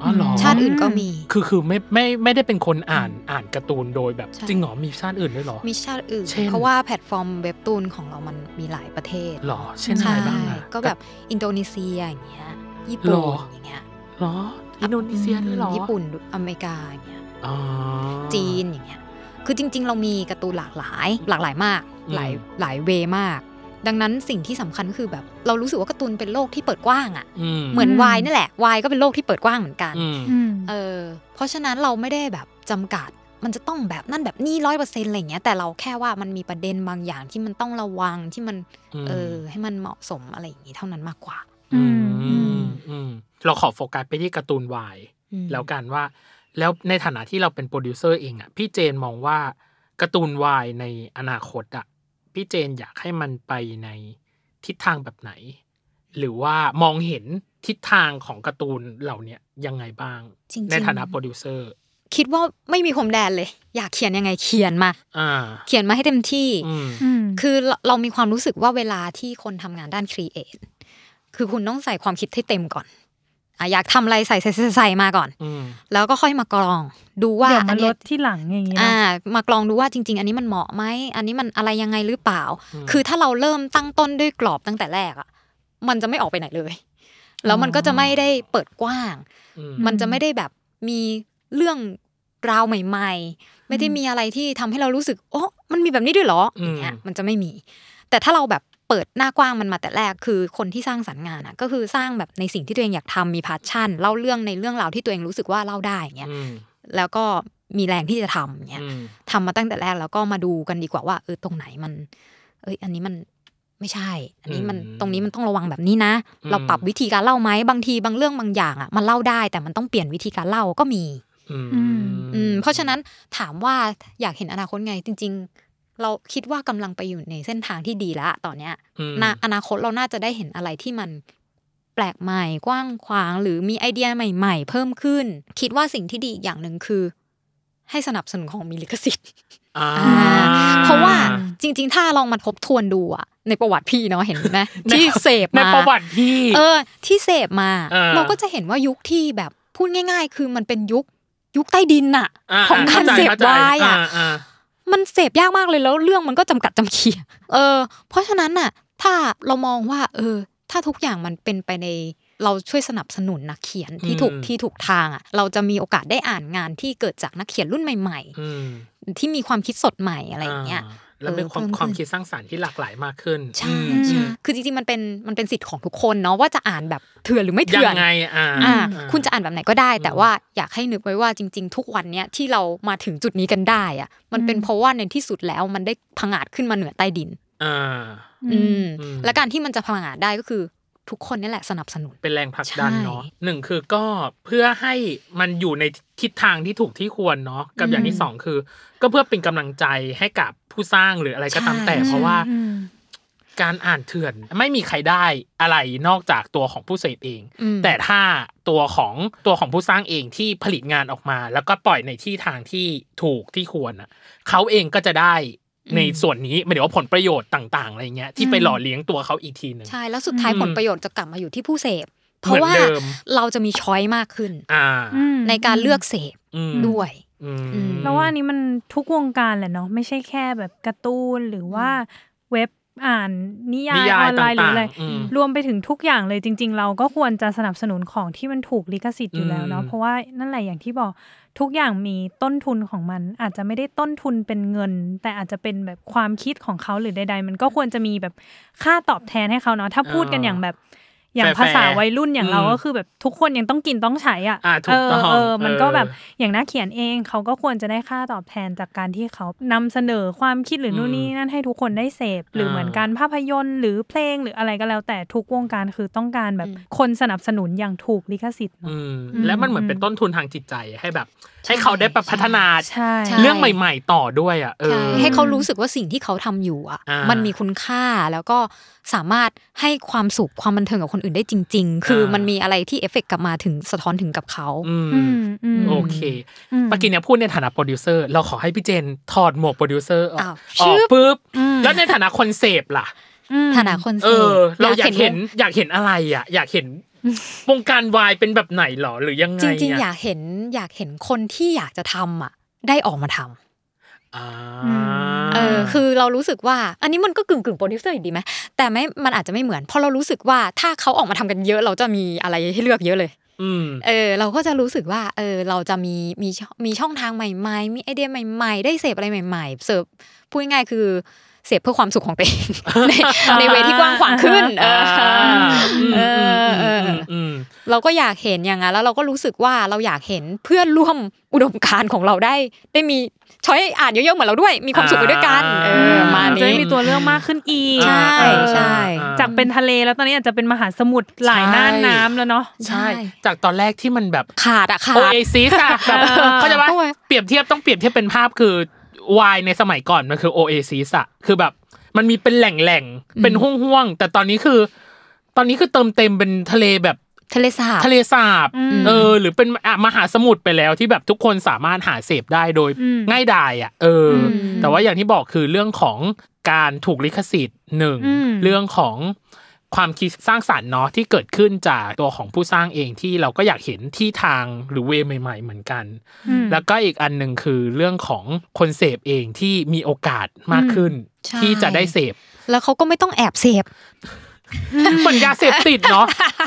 S1: อ๋อเหรอ
S3: ชาติอื่นก็มี
S1: คือคือไม่ไม่ไม่ได้เป็นคนอ่านอ่านการ์ตูนโดยแบบ
S3: ใช่
S1: จริงเหรอมีชาติอื่นด้วยเหรอ
S3: มีชาติอื่น
S1: เช่น
S3: เพราะว่าแพลตฟอร์มเว็บตูนของเรามันมีหลายประเทศ
S1: หรอเช่นอะไรบ้างอะ
S3: ก็แบบอินโดนีเซียอย่างเงี้ยญี่ปุ่นอย่างเงี้ย
S1: หรออินโดนีเซียด้วยเหรอ
S3: ญี่ปุ่นอเมริกาอย่างเงี้ย
S1: อ๋อ
S3: จีนอย่างเงี้ย คือจริง ๆ เรามีการ์ตูนหลากหลาย หลากหลายมาก
S1: อืม
S3: หลายหลายเวมาก ดังนั้นสิ่งที่สำคัญก็คือแบบเรารู้สึกว่าการ์ตูนเป็นโลกที่เปิดกว้างอะ่ะ
S1: อืม
S3: เหมือนวายนั่นแหละ วายก็เป็นโลกที่เปิดกว้างเหมือนกัน
S1: อืม
S2: อืม
S3: เออ เพราะฉะนั้นเราไม่ได้แบบจำกัด มันจะต้องแบบนั่นแบบนี่ร้อยเปอร์เซ็นต์อะไรเงี้ย แต่เราแค่ว่ามันมีประเด็นบางอย่างที่มันต้องระวังที่มัน
S1: อืม
S3: เออ ให้มันเหมาะสมอะไรอย่างงี้เท่านั้นมากกว่า
S2: อืม
S1: อืมอืมเราขอโฟกัสไปที่การ์ตูนวาย
S3: อืม
S1: แล้วกันว่า แล้วในฐานะที่เราเป็นโปรดิวเซอร์เองอ่ะพี่เจนมองว่าการ์ตูนวายในอนาคตอ่ะพี่เจนอยากให้มันไปในทิศทางแบบไหน หรือว่ามองเห็นทิศทางของการ์ตูนเหล่าเนี้ยยังไงบ้าง
S3: จริงๆ
S1: ในฐานะโปรดิวเซอร์
S3: คิดว่าไม่มีพรมแดนเลย อยากเขียนยังไงเขียนมา
S1: อ่า
S3: เขียนมาให้เต็มที่
S1: อืม
S2: อืม
S3: คือเราเรามีความรู้สึกว่าเวลาที่คนทำงานด้านครีเอทคือคุณต้องใส่ความคิดให้เต็มก่อนอะอยากทำอะไรใส่ใส่ใส่ใส่มาก่อน
S1: อืม
S3: แล้วก็ค่อยมากรอง ดูว่า
S2: เดี๋ยว
S3: อั
S2: มาน ล
S3: เนี้ย
S2: ดที่หลังอย่างงี้เน
S3: อ่า
S2: อะ
S3: มากรองดูว่าจริง ๆ อันนี้มันเหมาะไหมอันนี้มันอะไรยังไงหรือเปล่า คือถ้าเราเริ่มตั้งต้นด้วยกรอบตั้งแต่แรกอ่ะมันจะไม่ออกไปไหนเลย แล้วมันก็จะไม่ได้เปิดกว้าง
S1: อืม
S3: มันจะไม่ได้แบบมีเรื่องราวใหม่ ๆ ไม่ได้มีอะไรที่ทำให้เรารู้สึกโอ้มันมีแบบนี้ด้วยเหรออย่างเงี้ย
S1: อืม
S3: มันจะไม่มี แต่ถ้าเราแบบเปิดหน้ากว้างมันมาแต่แรกคือคนที่สร้างสรรค์งานอะก็คือสร้างแบบในสิ่งที่ตัวเองอยากทำมีพาชั่นเล่าเรื่องในเรื่องราวที่ตัวเองรู้สึกว่าเล่าได้อย่างเงี้ย
S1: อืม
S3: แล้วก็มีแรงที่จะทำอย่างเงี้ย
S1: อืม
S3: ทำมาตั้งแต่แรกแล้วก็มาดูกันดีกว่าว่าเออตรงไหนมัน เอ้ยอันนี้มันไม่ใช่ อันนี้มันตรงนี้มันต้องระวังแบบนี้นะ เราปรับวิธีการเล่าไหมบางทีบางเรื่องบางอย่างอ่ะมันเล่าได้แต่มันต้องเปลี่ยนวิธีการเล่าก็มี
S1: อืม
S3: อืมเพราะฉะนั้นถามว่าอยากเห็นอนาคตไงจริง ๆ เราคิดว่ากำลังไปอยู่ในเส้นทางที่ดีแล้วอะตอนเนี้ย
S1: อืม
S3: นะอนาคตเราน่าจะได้เห็นอะไรที่มันแปลกใหม่กว้างขวาง หรือมีไอเดียใหม่ ๆ เพิ่มขึ้น คิดว่าสิ่งที่ดีอีกอย่างหนึ่งคือ ให้สนับสนุนของมีลิขสิทธิ์
S1: อ่า
S3: เพราะว่าจริง ๆ ถ้าลองมาทบทวนดูอะในประวัติพี่เนาะเห็นไหมที่เสพ
S1: <laughs> ใน
S3: มา
S1: ประวัติที่
S3: เออที่เสพมา
S1: เออ
S3: เราก็จะเห็นว่ายุคที่แบบพูดง่าย ๆ คือมันเป็นยุคยุคใต้ดินน่ะ
S1: า
S3: ของการเสพ
S1: ข้ใจ
S3: วายอ่ะ
S1: เข้ใจา
S3: มันเสพยากมากเลยแล้วเรื่องมัน <laughs> ก็จำกัดจำเขียเออ เพราะฉะนั้นน่ะ ถ้าเรามองว่า เออ ถ้าทุกอย่างมันเป็นไปในเราช่วยสนับสนุนนักเขียนที่ถูก
S1: อืม
S3: ที่ถูกทางอ่ะเราจะมีโอกาสได้อ่านงานที่เกิดจากนักเขียนรุ่นใหม่
S1: อืม
S3: ๆ ที่มีความคิดสดใหม่อะไรอย่างเงี้ย
S1: แล้วเป็นความ
S3: เออเพิ่มขึ้น
S1: ความคิดสร้างสรรค์ที่หลากหลายมากขึ้น
S3: ใช่
S1: อืม
S3: ใช่คือจริงๆมันเป็นมันเป็นสิทธิ์ของทุกคนเนาะว่าจะอ่านแบบเถื่อนหรือไม่
S1: ยั
S3: เถื่อน
S1: งไงอ่า
S3: อ่า
S1: อ่า
S3: คุณจะอ่านแบบไหนก็ได้ แต่ว่าอยากให้นึกไว้ว่าจริง ๆ ทุกวันเนี้ยที่เรามาถึงจุดนี้กันได้อะมันเป็นเพราะว่าในที่สุดแล้วมันได้พังอาจขึ้นมาเหนือใต้ดิน
S1: อ่า
S3: อืม
S1: อืม
S3: และการที่มันจะพังอาจได้ก็คือทุกคนนี่แหละสนับสนุน
S1: เป็นแรงผลักดันเนาะ
S3: ใช่
S1: หนึ่งคือก็เพื่อให้มันอยู่ในทิศทางที่ถูกที่ควรเนาะกับอย่างที่สองคือ ก็เพื่อเป็นกำลังใจให้กับผู้สร้างหรืออะไรก็ตาม
S3: ใช่
S1: แต่เพราะว่า
S2: อืม
S1: การอ่านเถื่อนไม่มีใครได้อะไรนอกจากตัวของผู้เสพเอง
S3: อืม
S1: แต่ถ้าตัวของตัวของผู้สร้างเองที่ผลิตงานออกมา แล้วก็ปล่อยในที่ทางที่ถูกที่ควรน่ะเขาเองก็จะได้ในส่วนนี้หมายถึงว่าผลประโยชน์ต่าง ๆอะไรเงี้ยที่ไปหล่อเลี้ยงตัวเขาอีกทีหนึ่ง
S3: ใช่แล้วสุดท้าย
S1: อืม
S3: ผลประโยชน์จะกลับมาอยู่ที่ผู้เสพ เพ
S1: เหมือน
S3: ราะว่า
S1: เดิม
S3: เราจะมีช้อยมากขึ้น
S1: อ่า
S3: ในการเลือกเสพ
S1: อืม
S3: ด้วย
S1: อืม
S3: อืม
S2: แล้วว่าอันนี้มันทุกวงการแหละเนาะไม่ใช่แค่แบบการ์ตูนหรือว่าเว็บอ่านนิยา
S1: นิ
S2: ย
S1: ยา
S2: อย อนไลน์หรืออะไร
S1: ต่างๆอืม
S2: รวมไปถึงทุกอย่างเลยจริง ๆ เราก็ควรจะสนับสนุนของที่มันถูกลิขสิทธิ์อยู่แล้วเนาะ
S1: อืม
S2: เพราะว่านั่นแหละอย่างที่บอกทุกอย่างมีต้นทุนของมัน อาจจะไม่ได้ต้นทุนเป็นเงิน แต่อาจจะเป็นแบบความคิดของเขาหรือใด ๆ มันก็ควรจะมีแบบค่าตอบแทนให้เขาเนาะถ้าพูดกันอย่างแบบ อย่าง
S1: แฟร์ๆ
S2: ภาษาวัยรุ่นอย่างเรา
S1: อืม
S2: ก็คือแบบทุกคนยังต้องกินต้องใช้อ่ะ
S1: อ่ะถูกต้อง
S2: เเออมัน
S1: เออ
S2: ก็แบบอย่างนักเขียนเองเขาก็ควรจะได้ค่าตอบแทนจากการที่เขานำเสนอความคิดหรือนู่นนี่นั่นให้ทุกคนได้เสพหรือเหมือนการภาพยนตร์หรือเพลงหรืออะไรก็แล้ว แต่ทุกวงการคือต้องการแบบคนสนับสนุนอย่างถูกลิขสิทธิ์เนอะ
S1: อืม
S2: อืม
S1: และมันเหมือนเป็นต้นทุนทางจิตใจให้แบบ ให้เขาได้แบบพัฒนา
S2: ใช่
S3: ใช่
S1: เรื่องใหม่ ๆ ต่อด้วยอ่ะเอ
S3: ใช่
S1: อ
S3: ให้เขารู้สึกว่าสิ่งที่เขาทำอยู่อ่ะ
S1: อ่ามั
S3: มันมีคุณค่าแล้วก็สามารถให้ความสุขความบันเทิงกับคนอื่นได้จริง ๆ คืออา
S1: มั
S3: มันมีอะไรที่เอฟเฟกต์กลับมาถึงสะท้อนถึงกับเขา
S1: อืม
S2: อืมอืม
S1: โอเค
S2: อืม
S1: ปากินเนี่ยพูดในฐานะโปรดิวเซอร์เราขอให้พี่เจนถอดหมวกโปรดิวเซอร์ออ
S3: อ้าก ว
S1: อ
S3: ชึ
S1: อก
S3: บ
S1: ปุ๊บแล้วในฐานะคนเสพล่ะ
S2: อืม
S3: ฐานะคน
S1: เอ
S3: เสพ
S1: อ เราอยากเห็นอยากเห็นอะไรอ่ะ อยากเห็นวงการวายเป็นแบบไหนหรอหรือยังไง
S3: จริง
S1: ะ
S3: ๆ อยากเห็นอยากเห็นคนที่อยากจะทำอ่ะ ได้ออกมาทำ
S1: อ่า
S2: อืม
S3: เออคือเรารู้สึกว่า อันนี้มันก็กึ่งกึ่งโปรดิวเซอร์อยู่ดีไหมแต่ไม่มันอาจจะไม่เหมือนเพราะเรารู้สึกว่าถ้าเขาออกมาทำกันเยอะ เราจะมีอะไรให้เลือกเยอะเลย
S1: ม
S3: เออเราก็จะรู้สึกว่าเออเราจะมีมีช่องมีช่องทางใหม่ๆ มีไอเดียใหม่ๆ ได้เสพอะไรใหม่ๆเสพพูดง่ายๆคือเสพเพื่อความสุขของตัวเอง <laughs> ในในเวที่กว้างขวางขึ้นเออ
S1: เออ
S3: เออ
S1: อืม
S3: เราก็อยากเห็นอย่างนั้นแล้วเราก็รู้สึกว่าเราอยากเห็นเพื่อนร่วมอุดมการณ์ของเราได้ ได้มีช้อยอ่านเยอะๆเหมือนเราด้วย มีความสุขไปด้วยกันเออประมาณ
S2: จะได้
S3: นี้
S2: มีตัวเลือกมากขึ้นอีก
S3: ใช่
S2: เออ
S3: ใช่
S2: จากเป็นทะเลแล้วตอนนี้อาจจะเป็นมหาสมุทรหลาย
S1: ใช่
S2: น่านน้ำแล้วเนาะ
S1: ใช่ จากตอนแรกที่มันแบบ
S3: ขาดอะขา
S1: โอ
S3: ด
S1: เอซิสอะแบบ
S2: เออ
S1: เขาใจปะว่า
S3: โอ้ย
S1: เปรียบเทียบต้องเปรียบเทียบเป็นภาพคือวายในสมัยก่อนมันคือโอเอซิสอะคือแบบ มันมีเป็นแหล่งแหล่งๆเป็นห่วงๆแต่ตอนนี้คือ ตอนนี้คือเติมเต็มเป็นทะเลแบบ
S3: ทะเลสาบ
S1: ทะเลสาบ
S2: อืม
S1: เออ หรือเป็นอ่ะมหาสมุทรไปแล้วที่แบบทุกคนสามารถหาเสพได้โดย
S2: อืม
S1: ง่ายดายอ่ะ เอออ
S3: ม
S1: แต่ว่าอย่างที่บอกคือเรื่องของการถูกลิขสิทธิ์หนึ่ง
S2: อืม
S1: เรื่องของความคิดสร้างสารรค์เนาะที่เกิดขึ้นจากตัวของผู้สร้างเองที่เราก็อยากเห็นที่ทางหรือเวย์ใหม่ ๆ เหมือนกัน
S2: อืม
S1: แล้วก็อีกอันหนึ่งคือเรื่องของคนเสพเองที่มีโอกาสมากขึ้น
S3: ใช่
S1: ที่จะได้เสพ
S3: แล้วเขาก็ไม่ต้องแอบเสพ
S1: เหมือนยาเสพติดเนาะ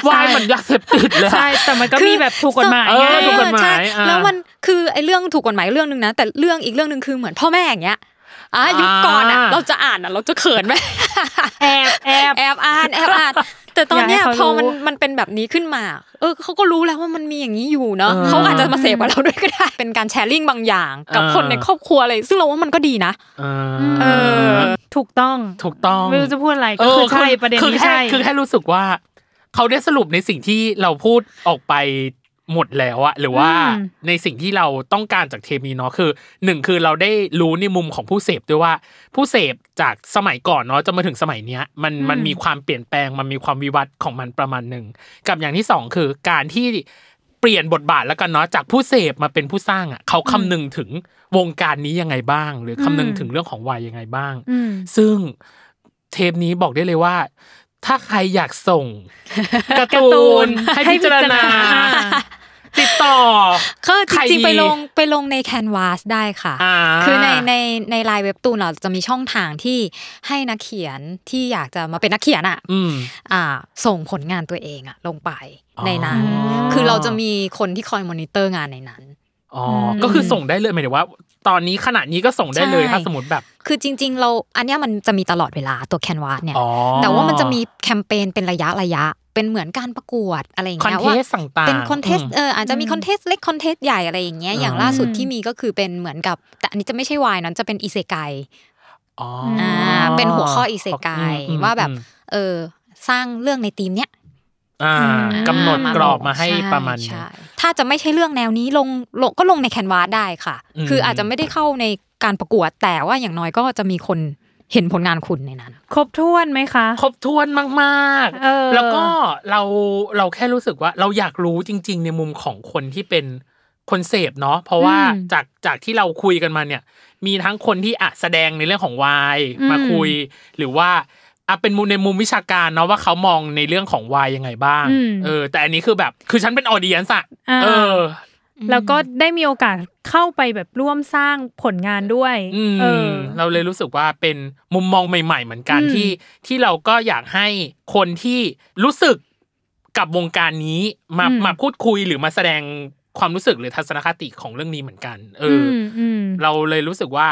S1: วายเหมือนยาเสพติดเลยอะ
S2: ใช่ แต่มันก็มีแบบถูกกฎหมาย
S1: เออ
S2: ไง
S1: ถูกกฎหมาย
S3: ใช่
S1: อ่า
S3: แล้วมันคือไอ้เรื่องถูกกฎหมายเรื่องหนึ่งนะ แต่เรื่องอีกเรื่องหนึ่งคือเหมือนพ่อแม่อย่างเงี้ยอ่ะ
S1: อ่ายุ
S3: ยุคก่อนอ่ะ เราจะอ่านอ่ะ เราจะเขินไหม
S2: แอบแอบ
S3: แอบอ่านแอบอ่าน แต่ตอนเนี้
S2: อ
S3: ย
S2: ยากให้
S3: พอ
S2: เขารู้
S3: มันมันเป็นแบบนี้ขึ้นมา เออเขาก็รู้แล้วว่ามันมีอย่างนี้อยู่เนาะเขาอาจจะมาเสพกับเราด้วยก็ได้ เป็นการแชร์ลิงก์บางอย่าง กับคนในครอบครัวอะไรซึ่งเราว่ามันก็ดีนะ
S1: เอ
S2: เอ
S1: อ
S2: อ ถูกต้อง
S1: ถูกต้อง
S2: ไม่รู้จะพูดอะไรก็คือใช่ประเด็น
S1: คือ
S2: นี้
S1: แค่
S2: ใช่
S1: คือแค่รู้สึกว่า เขาได้สรุปในสิ่งที่เราพูดออกไปหมดแล้วอะหรือว่า
S2: อืม
S1: ในสิ่งที่เราต้องการจากเทปนี้เนาะคือหนึ่งคือเราได้รู้ในมุมของผู้เสพด้วยว่า ผู้เสพจากสมัยก่อนเนาะจะมาถึงสมัยเนี้ย มันมันมีความเปลี่ยนแปลงมันมีความวิวัฒน์ของมันประมาณหนึ่งกับอย่างที่สองคือการที่เปลี่ยนบทบาทแล้วกันเนาะจากผู้เสพมาเป็นผู้สร้างอะเขาคำนึงถึงวงการนี้ยังไงบ้าง หรือคำนึงถึงเรื่องของวัยยังไงบ้าง
S2: อืม
S1: ซึ่งเทปนี้บอกได้เลยว่า ถ้าใครอยากส่
S3: <laughs>
S1: ง การ์ตูนให้พิจารณา ติดต่อ
S3: ก็จ
S1: ใคร
S3: ริง
S1: ดี
S3: ๆไปลงไปลงในแคนวาสได้ค่ะ
S1: อ่า
S3: คือในในในลายเว็บตูนเราจะมีช่องทางที่ให้นักเขียนที่อยากจะมาเป็นนักเขียนอ่ะ
S1: อืม
S3: อ่าส่งผลงานตัวเองอะลงไป
S1: อ๋อ
S3: ในนั้น คือเราจะมีคนที่คอยมอนิเตอร์งานในนั้น
S1: อ๋ออก็คือส่งได้เลยหมายถึงว่า ตอนนี้ขณะนี้ก็ส่งได้เลย
S3: ใช่
S1: ถ้าสมมติแบบ
S3: คือจริง ๆ เราอันเนี้ยมันจะมีตลอดเวลาตัวแคนวาสเนี่ย
S1: อ๋อ
S3: แต่ว่ามันจะมีแคมเปญเป็นระยะระยะ เป็นเหมือนการประกวดอะไรอย่าง
S1: คอน
S3: เงี้ย
S1: เท
S3: ว่า
S1: สต์ต่างๆ
S3: เป็นคอนเทสต์
S1: ม
S3: เอออาจจะมีคอนเทสต์เล็กคอนเทสต์ใหญ่อะไรอย่างเงี้ย
S1: อืม
S3: อย่างล่าสุดที่มีก็คือเป็นเหมือนกับ แต่อันนี้จะไม่ใช่วายนั้นจะเป็นอิเซไก
S1: อ๋อ
S3: อ่าเป็นหัวข้ออิเซไก
S1: อืม
S3: ว่าแบบ
S1: อืม
S3: เออสร้างเรื่องในธีมเนี้ย
S1: อ่ากำหนดกรอบมาให้
S3: ช่
S1: ประมาณนี้
S3: ใช่ถ้าจะไม่ใช่เรื่องแนวนี้ลงลงก็ลงในแคนวาสได้ค่ะ
S1: อืม
S3: คืออาจจะไม่ได้เข้าในการประกวดแต่ว่าอย่างน้อยก็จะมีคนเห็นผลงานคุณในนั้น
S2: ครบถ้วนไหมคะ
S1: ครบถ้วนมาก
S2: เออ
S1: ๆ แล้วก็เราเราแค่รู้สึกว่าเราอยากรู้จริง ๆ ในมุมของคนที่เป็นคนเสพเนาะเพราะว่าจากจากที่เราคุยกันมาเนี่ย มีทั้งคนที่อ่ะแสดงในเรื่องของวายมาคุย หรือว่าอ่ะเป็นมุมในมุมวิชาการเนาะว่าเขามองในเรื่องของวายยังไงบ้าง
S2: อืม
S1: เออ แต่อันนี้คือแบบคือฉันเป็นออดียนส์อะ
S2: อ่า
S1: เออ
S2: แล้วก็ได้มีโอกาสเข้าไปแบบร่วมสร้างผลงานด้วย
S1: อืม
S2: เออ
S1: เราเลยรู้สึกว่าเป็นมุมมองใหม่ ๆ เหมือนกัน
S2: อืม
S1: ที่ที่เราก็อยากให้คนที่รู้สึกกับวงการนี้มา
S2: อืม
S1: มาพูดคุยหรือมาแสดงความรู้สึกหรือทัศนคติของเรื่องนี้เหมือนกัน เอออ
S2: มอืม
S1: เราเลยรู้สึกว่า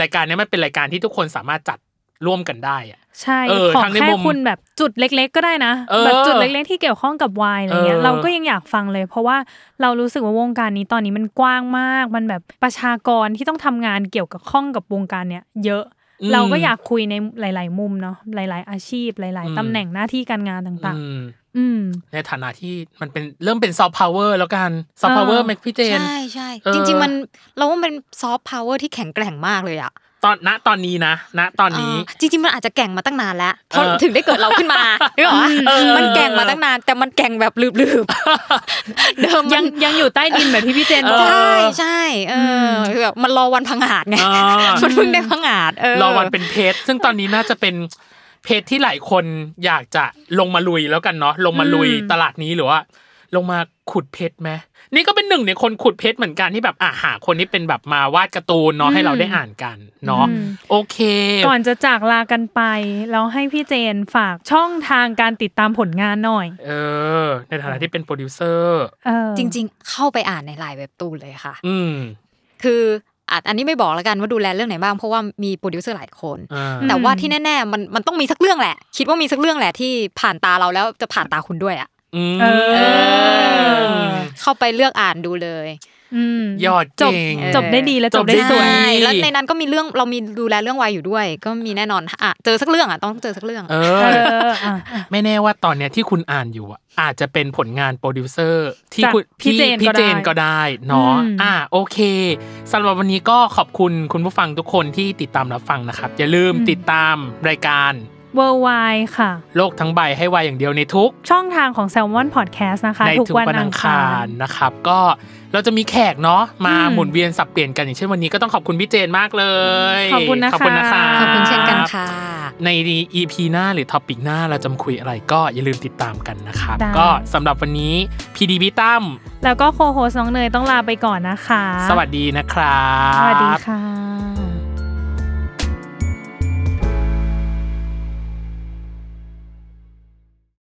S1: รายการเนี้ยมันเป็นรายการที่ทุกคนสามารถจัด ร่วมกันได้อะ
S2: ใช่
S1: เออ
S2: ขอ
S1: ทั้งใน
S2: แค่
S1: มุม
S2: คุณแบบจุดเล็ก ๆ ก็ได้นะ
S1: เออ
S2: แบบจุดเล็ก ๆ ที่เกี่ยวข้องกับวายอะไรเงี้ย
S1: เออ
S2: เราก็ยังอยากฟังเลย เพราะว่าเรารู้สึกว่าวงการนี้ตอนนี้มันกว้างมาก มันแบบประชากรที่ต้องทำงานเกี่ยวกับข้องกับวงการเนี้ยเยอะ เราก็อยากคุยในหลาย ๆ มุมเนาะหลาย ๆ อาชีพ หลาย ๆตำแหน่งหน้าที่การงานต่าง
S1: อืม
S2: ๆ อืม
S1: ในฐานะที่มันเป็นเริ่มเป็นซอฟต์พาวเวอร์แล้วกันซอฟต์พาวเวอร์
S2: เออ
S1: แม็กพี่เจน
S3: ใช่ใช่
S1: เออ
S3: จริง ๆ มันเราว่ามันซอฟต์พาวเวอร์ที่แข็งแกร่งมากเลยอ่ะ
S1: ตอนณตอนนี้นะณตอนนี้
S3: เออจริง ๆ มันอาจจะแกร่งมาตั้งนานแล้วเพราะ
S1: เออ
S3: ถึงได้เกิดเราขึ้นมานึกออกปะ
S1: เออ
S3: มันแกร่งมาตั้งนาน แต่มันแกร่งแบบลืบ <laughs> ๆเดิมมั
S2: ยัง
S3: น
S2: ยังอยู่ใต้ดินแบบที่พี่เจนบอก
S3: ใช่ใช่เออคือแบบมันรอวันพังอาจไง
S1: อ่า
S3: มันเพิ่งได้พังอาจเออ
S1: รอวันเป็นเพจซึ่งตอนนี้น่าจะเป็นเพจที่หลายคนอยากจะลงมาลุยแล้วกันเนาะลงมาลุย
S2: อืม
S1: ตลาดนี้หรือว่า ลงมาขุดเพชรไหมนี่ก็เป็นหนึ่งในคนขุดเพชรเหมือนกันที่แบบอ่าหาคนที่เป็นแบบมาวาดการ์ตูนเนาะให้เราได้อ่านกันเนาะโอเค
S2: <laughs> ก่อนจะจากลากันไป เราให้พี่เจนฝากช่องทางการติดตามผลงานหน่อย
S1: เออ ในฐานะที่เป็นโปรดิวเซอร์
S2: เออ
S3: จริง ๆ เข้าไปอ่านในไลน์เว็บตูนเลยค่ะ
S1: อืม
S3: คืออ่ะอันนี้ไม่บอกแล้วกันว่าดูแลเรื่องไหนบ้างเพราะว่ามีโปรดิวเซอร์หลายคน
S1: อ่า
S3: แต่ว่าที่แน่ๆมันมันต้องมีสักเรื่องแหละ คิดว่ามีสักเรื่องแหละที่ผ่านตาเราแล้วจะผ่านตาคุณด้วยอ่ะ
S1: อืม
S2: เออ
S1: อ
S3: เข้าไปเลือกอ่านดูเลย
S2: อืม
S1: ยอด
S2: จบ
S1: เก่ง
S2: จบได้ดีและ
S1: จ
S2: จ
S1: บบ ได้
S2: ได้สวย
S3: ใช่แล้วในนั้นก็มีเรื่องเรามีดูแลเรื่องวัยอยู่ด้วย ก็มีแน่นอนอ่ะเจอสักเรื่องอ่ะต้องเจอสักเรื่อง
S1: เอ
S2: เอ
S1: อ
S2: ออ่ะ
S1: ไม่แน่ว่าตอนเนี้ยที่คุณอ่านอยู่อะอาจจะเป็นผลงานโปรดิวเซอร์ที่
S2: จาก
S1: คุณ
S2: พี่เจน
S1: พี่
S2: ก็ได้
S1: เจนก็ได้เนาะ
S2: อืม
S1: อ่าโอเคสำหรับวันนี้ก็ขอบคุณคุณผู้ฟังทุกคนที่ติดตามรับฟังนะครับ อย่าลืมติดตามรายการ
S2: เวอร์ไวค่ะ
S1: โลกทั้งใบให้ไวอย่างเดียวในทุก
S2: ช่องทางของ s ซ l m o n Podcast นะคะ
S1: ใน
S2: ทุก
S1: ทุก
S2: วัน
S1: วัน
S2: อั
S1: อั
S2: ง
S1: ง
S2: คา
S1: คาร
S2: ร
S1: นะครับ ก็เราจะมีแขกเนาะมา
S2: อืม
S1: หมุนเวียนสับเปลี่ยนกันอย่างเช่นวันนี้ก็ต้องขอบคุณพี่เจนมากเลย
S2: ขอบคุณนะคะ
S1: ขอบคุณนะคะ
S3: ขอบคุณเช่นกันค่ะ
S1: ใน EP หน้าหรือท็อปิกหน้าเราจะมาคุยอะไรก็อย่าลืมติดตามกันนะครับ
S2: ได้
S1: ก็สำหรับวันนี้ PDB ตั้ม
S2: แล้วก็โคโฮสน้องเนยต้องลาไปก่อนนะคะ
S1: สวัสดีนะครับ
S2: สวัสดีค่ะ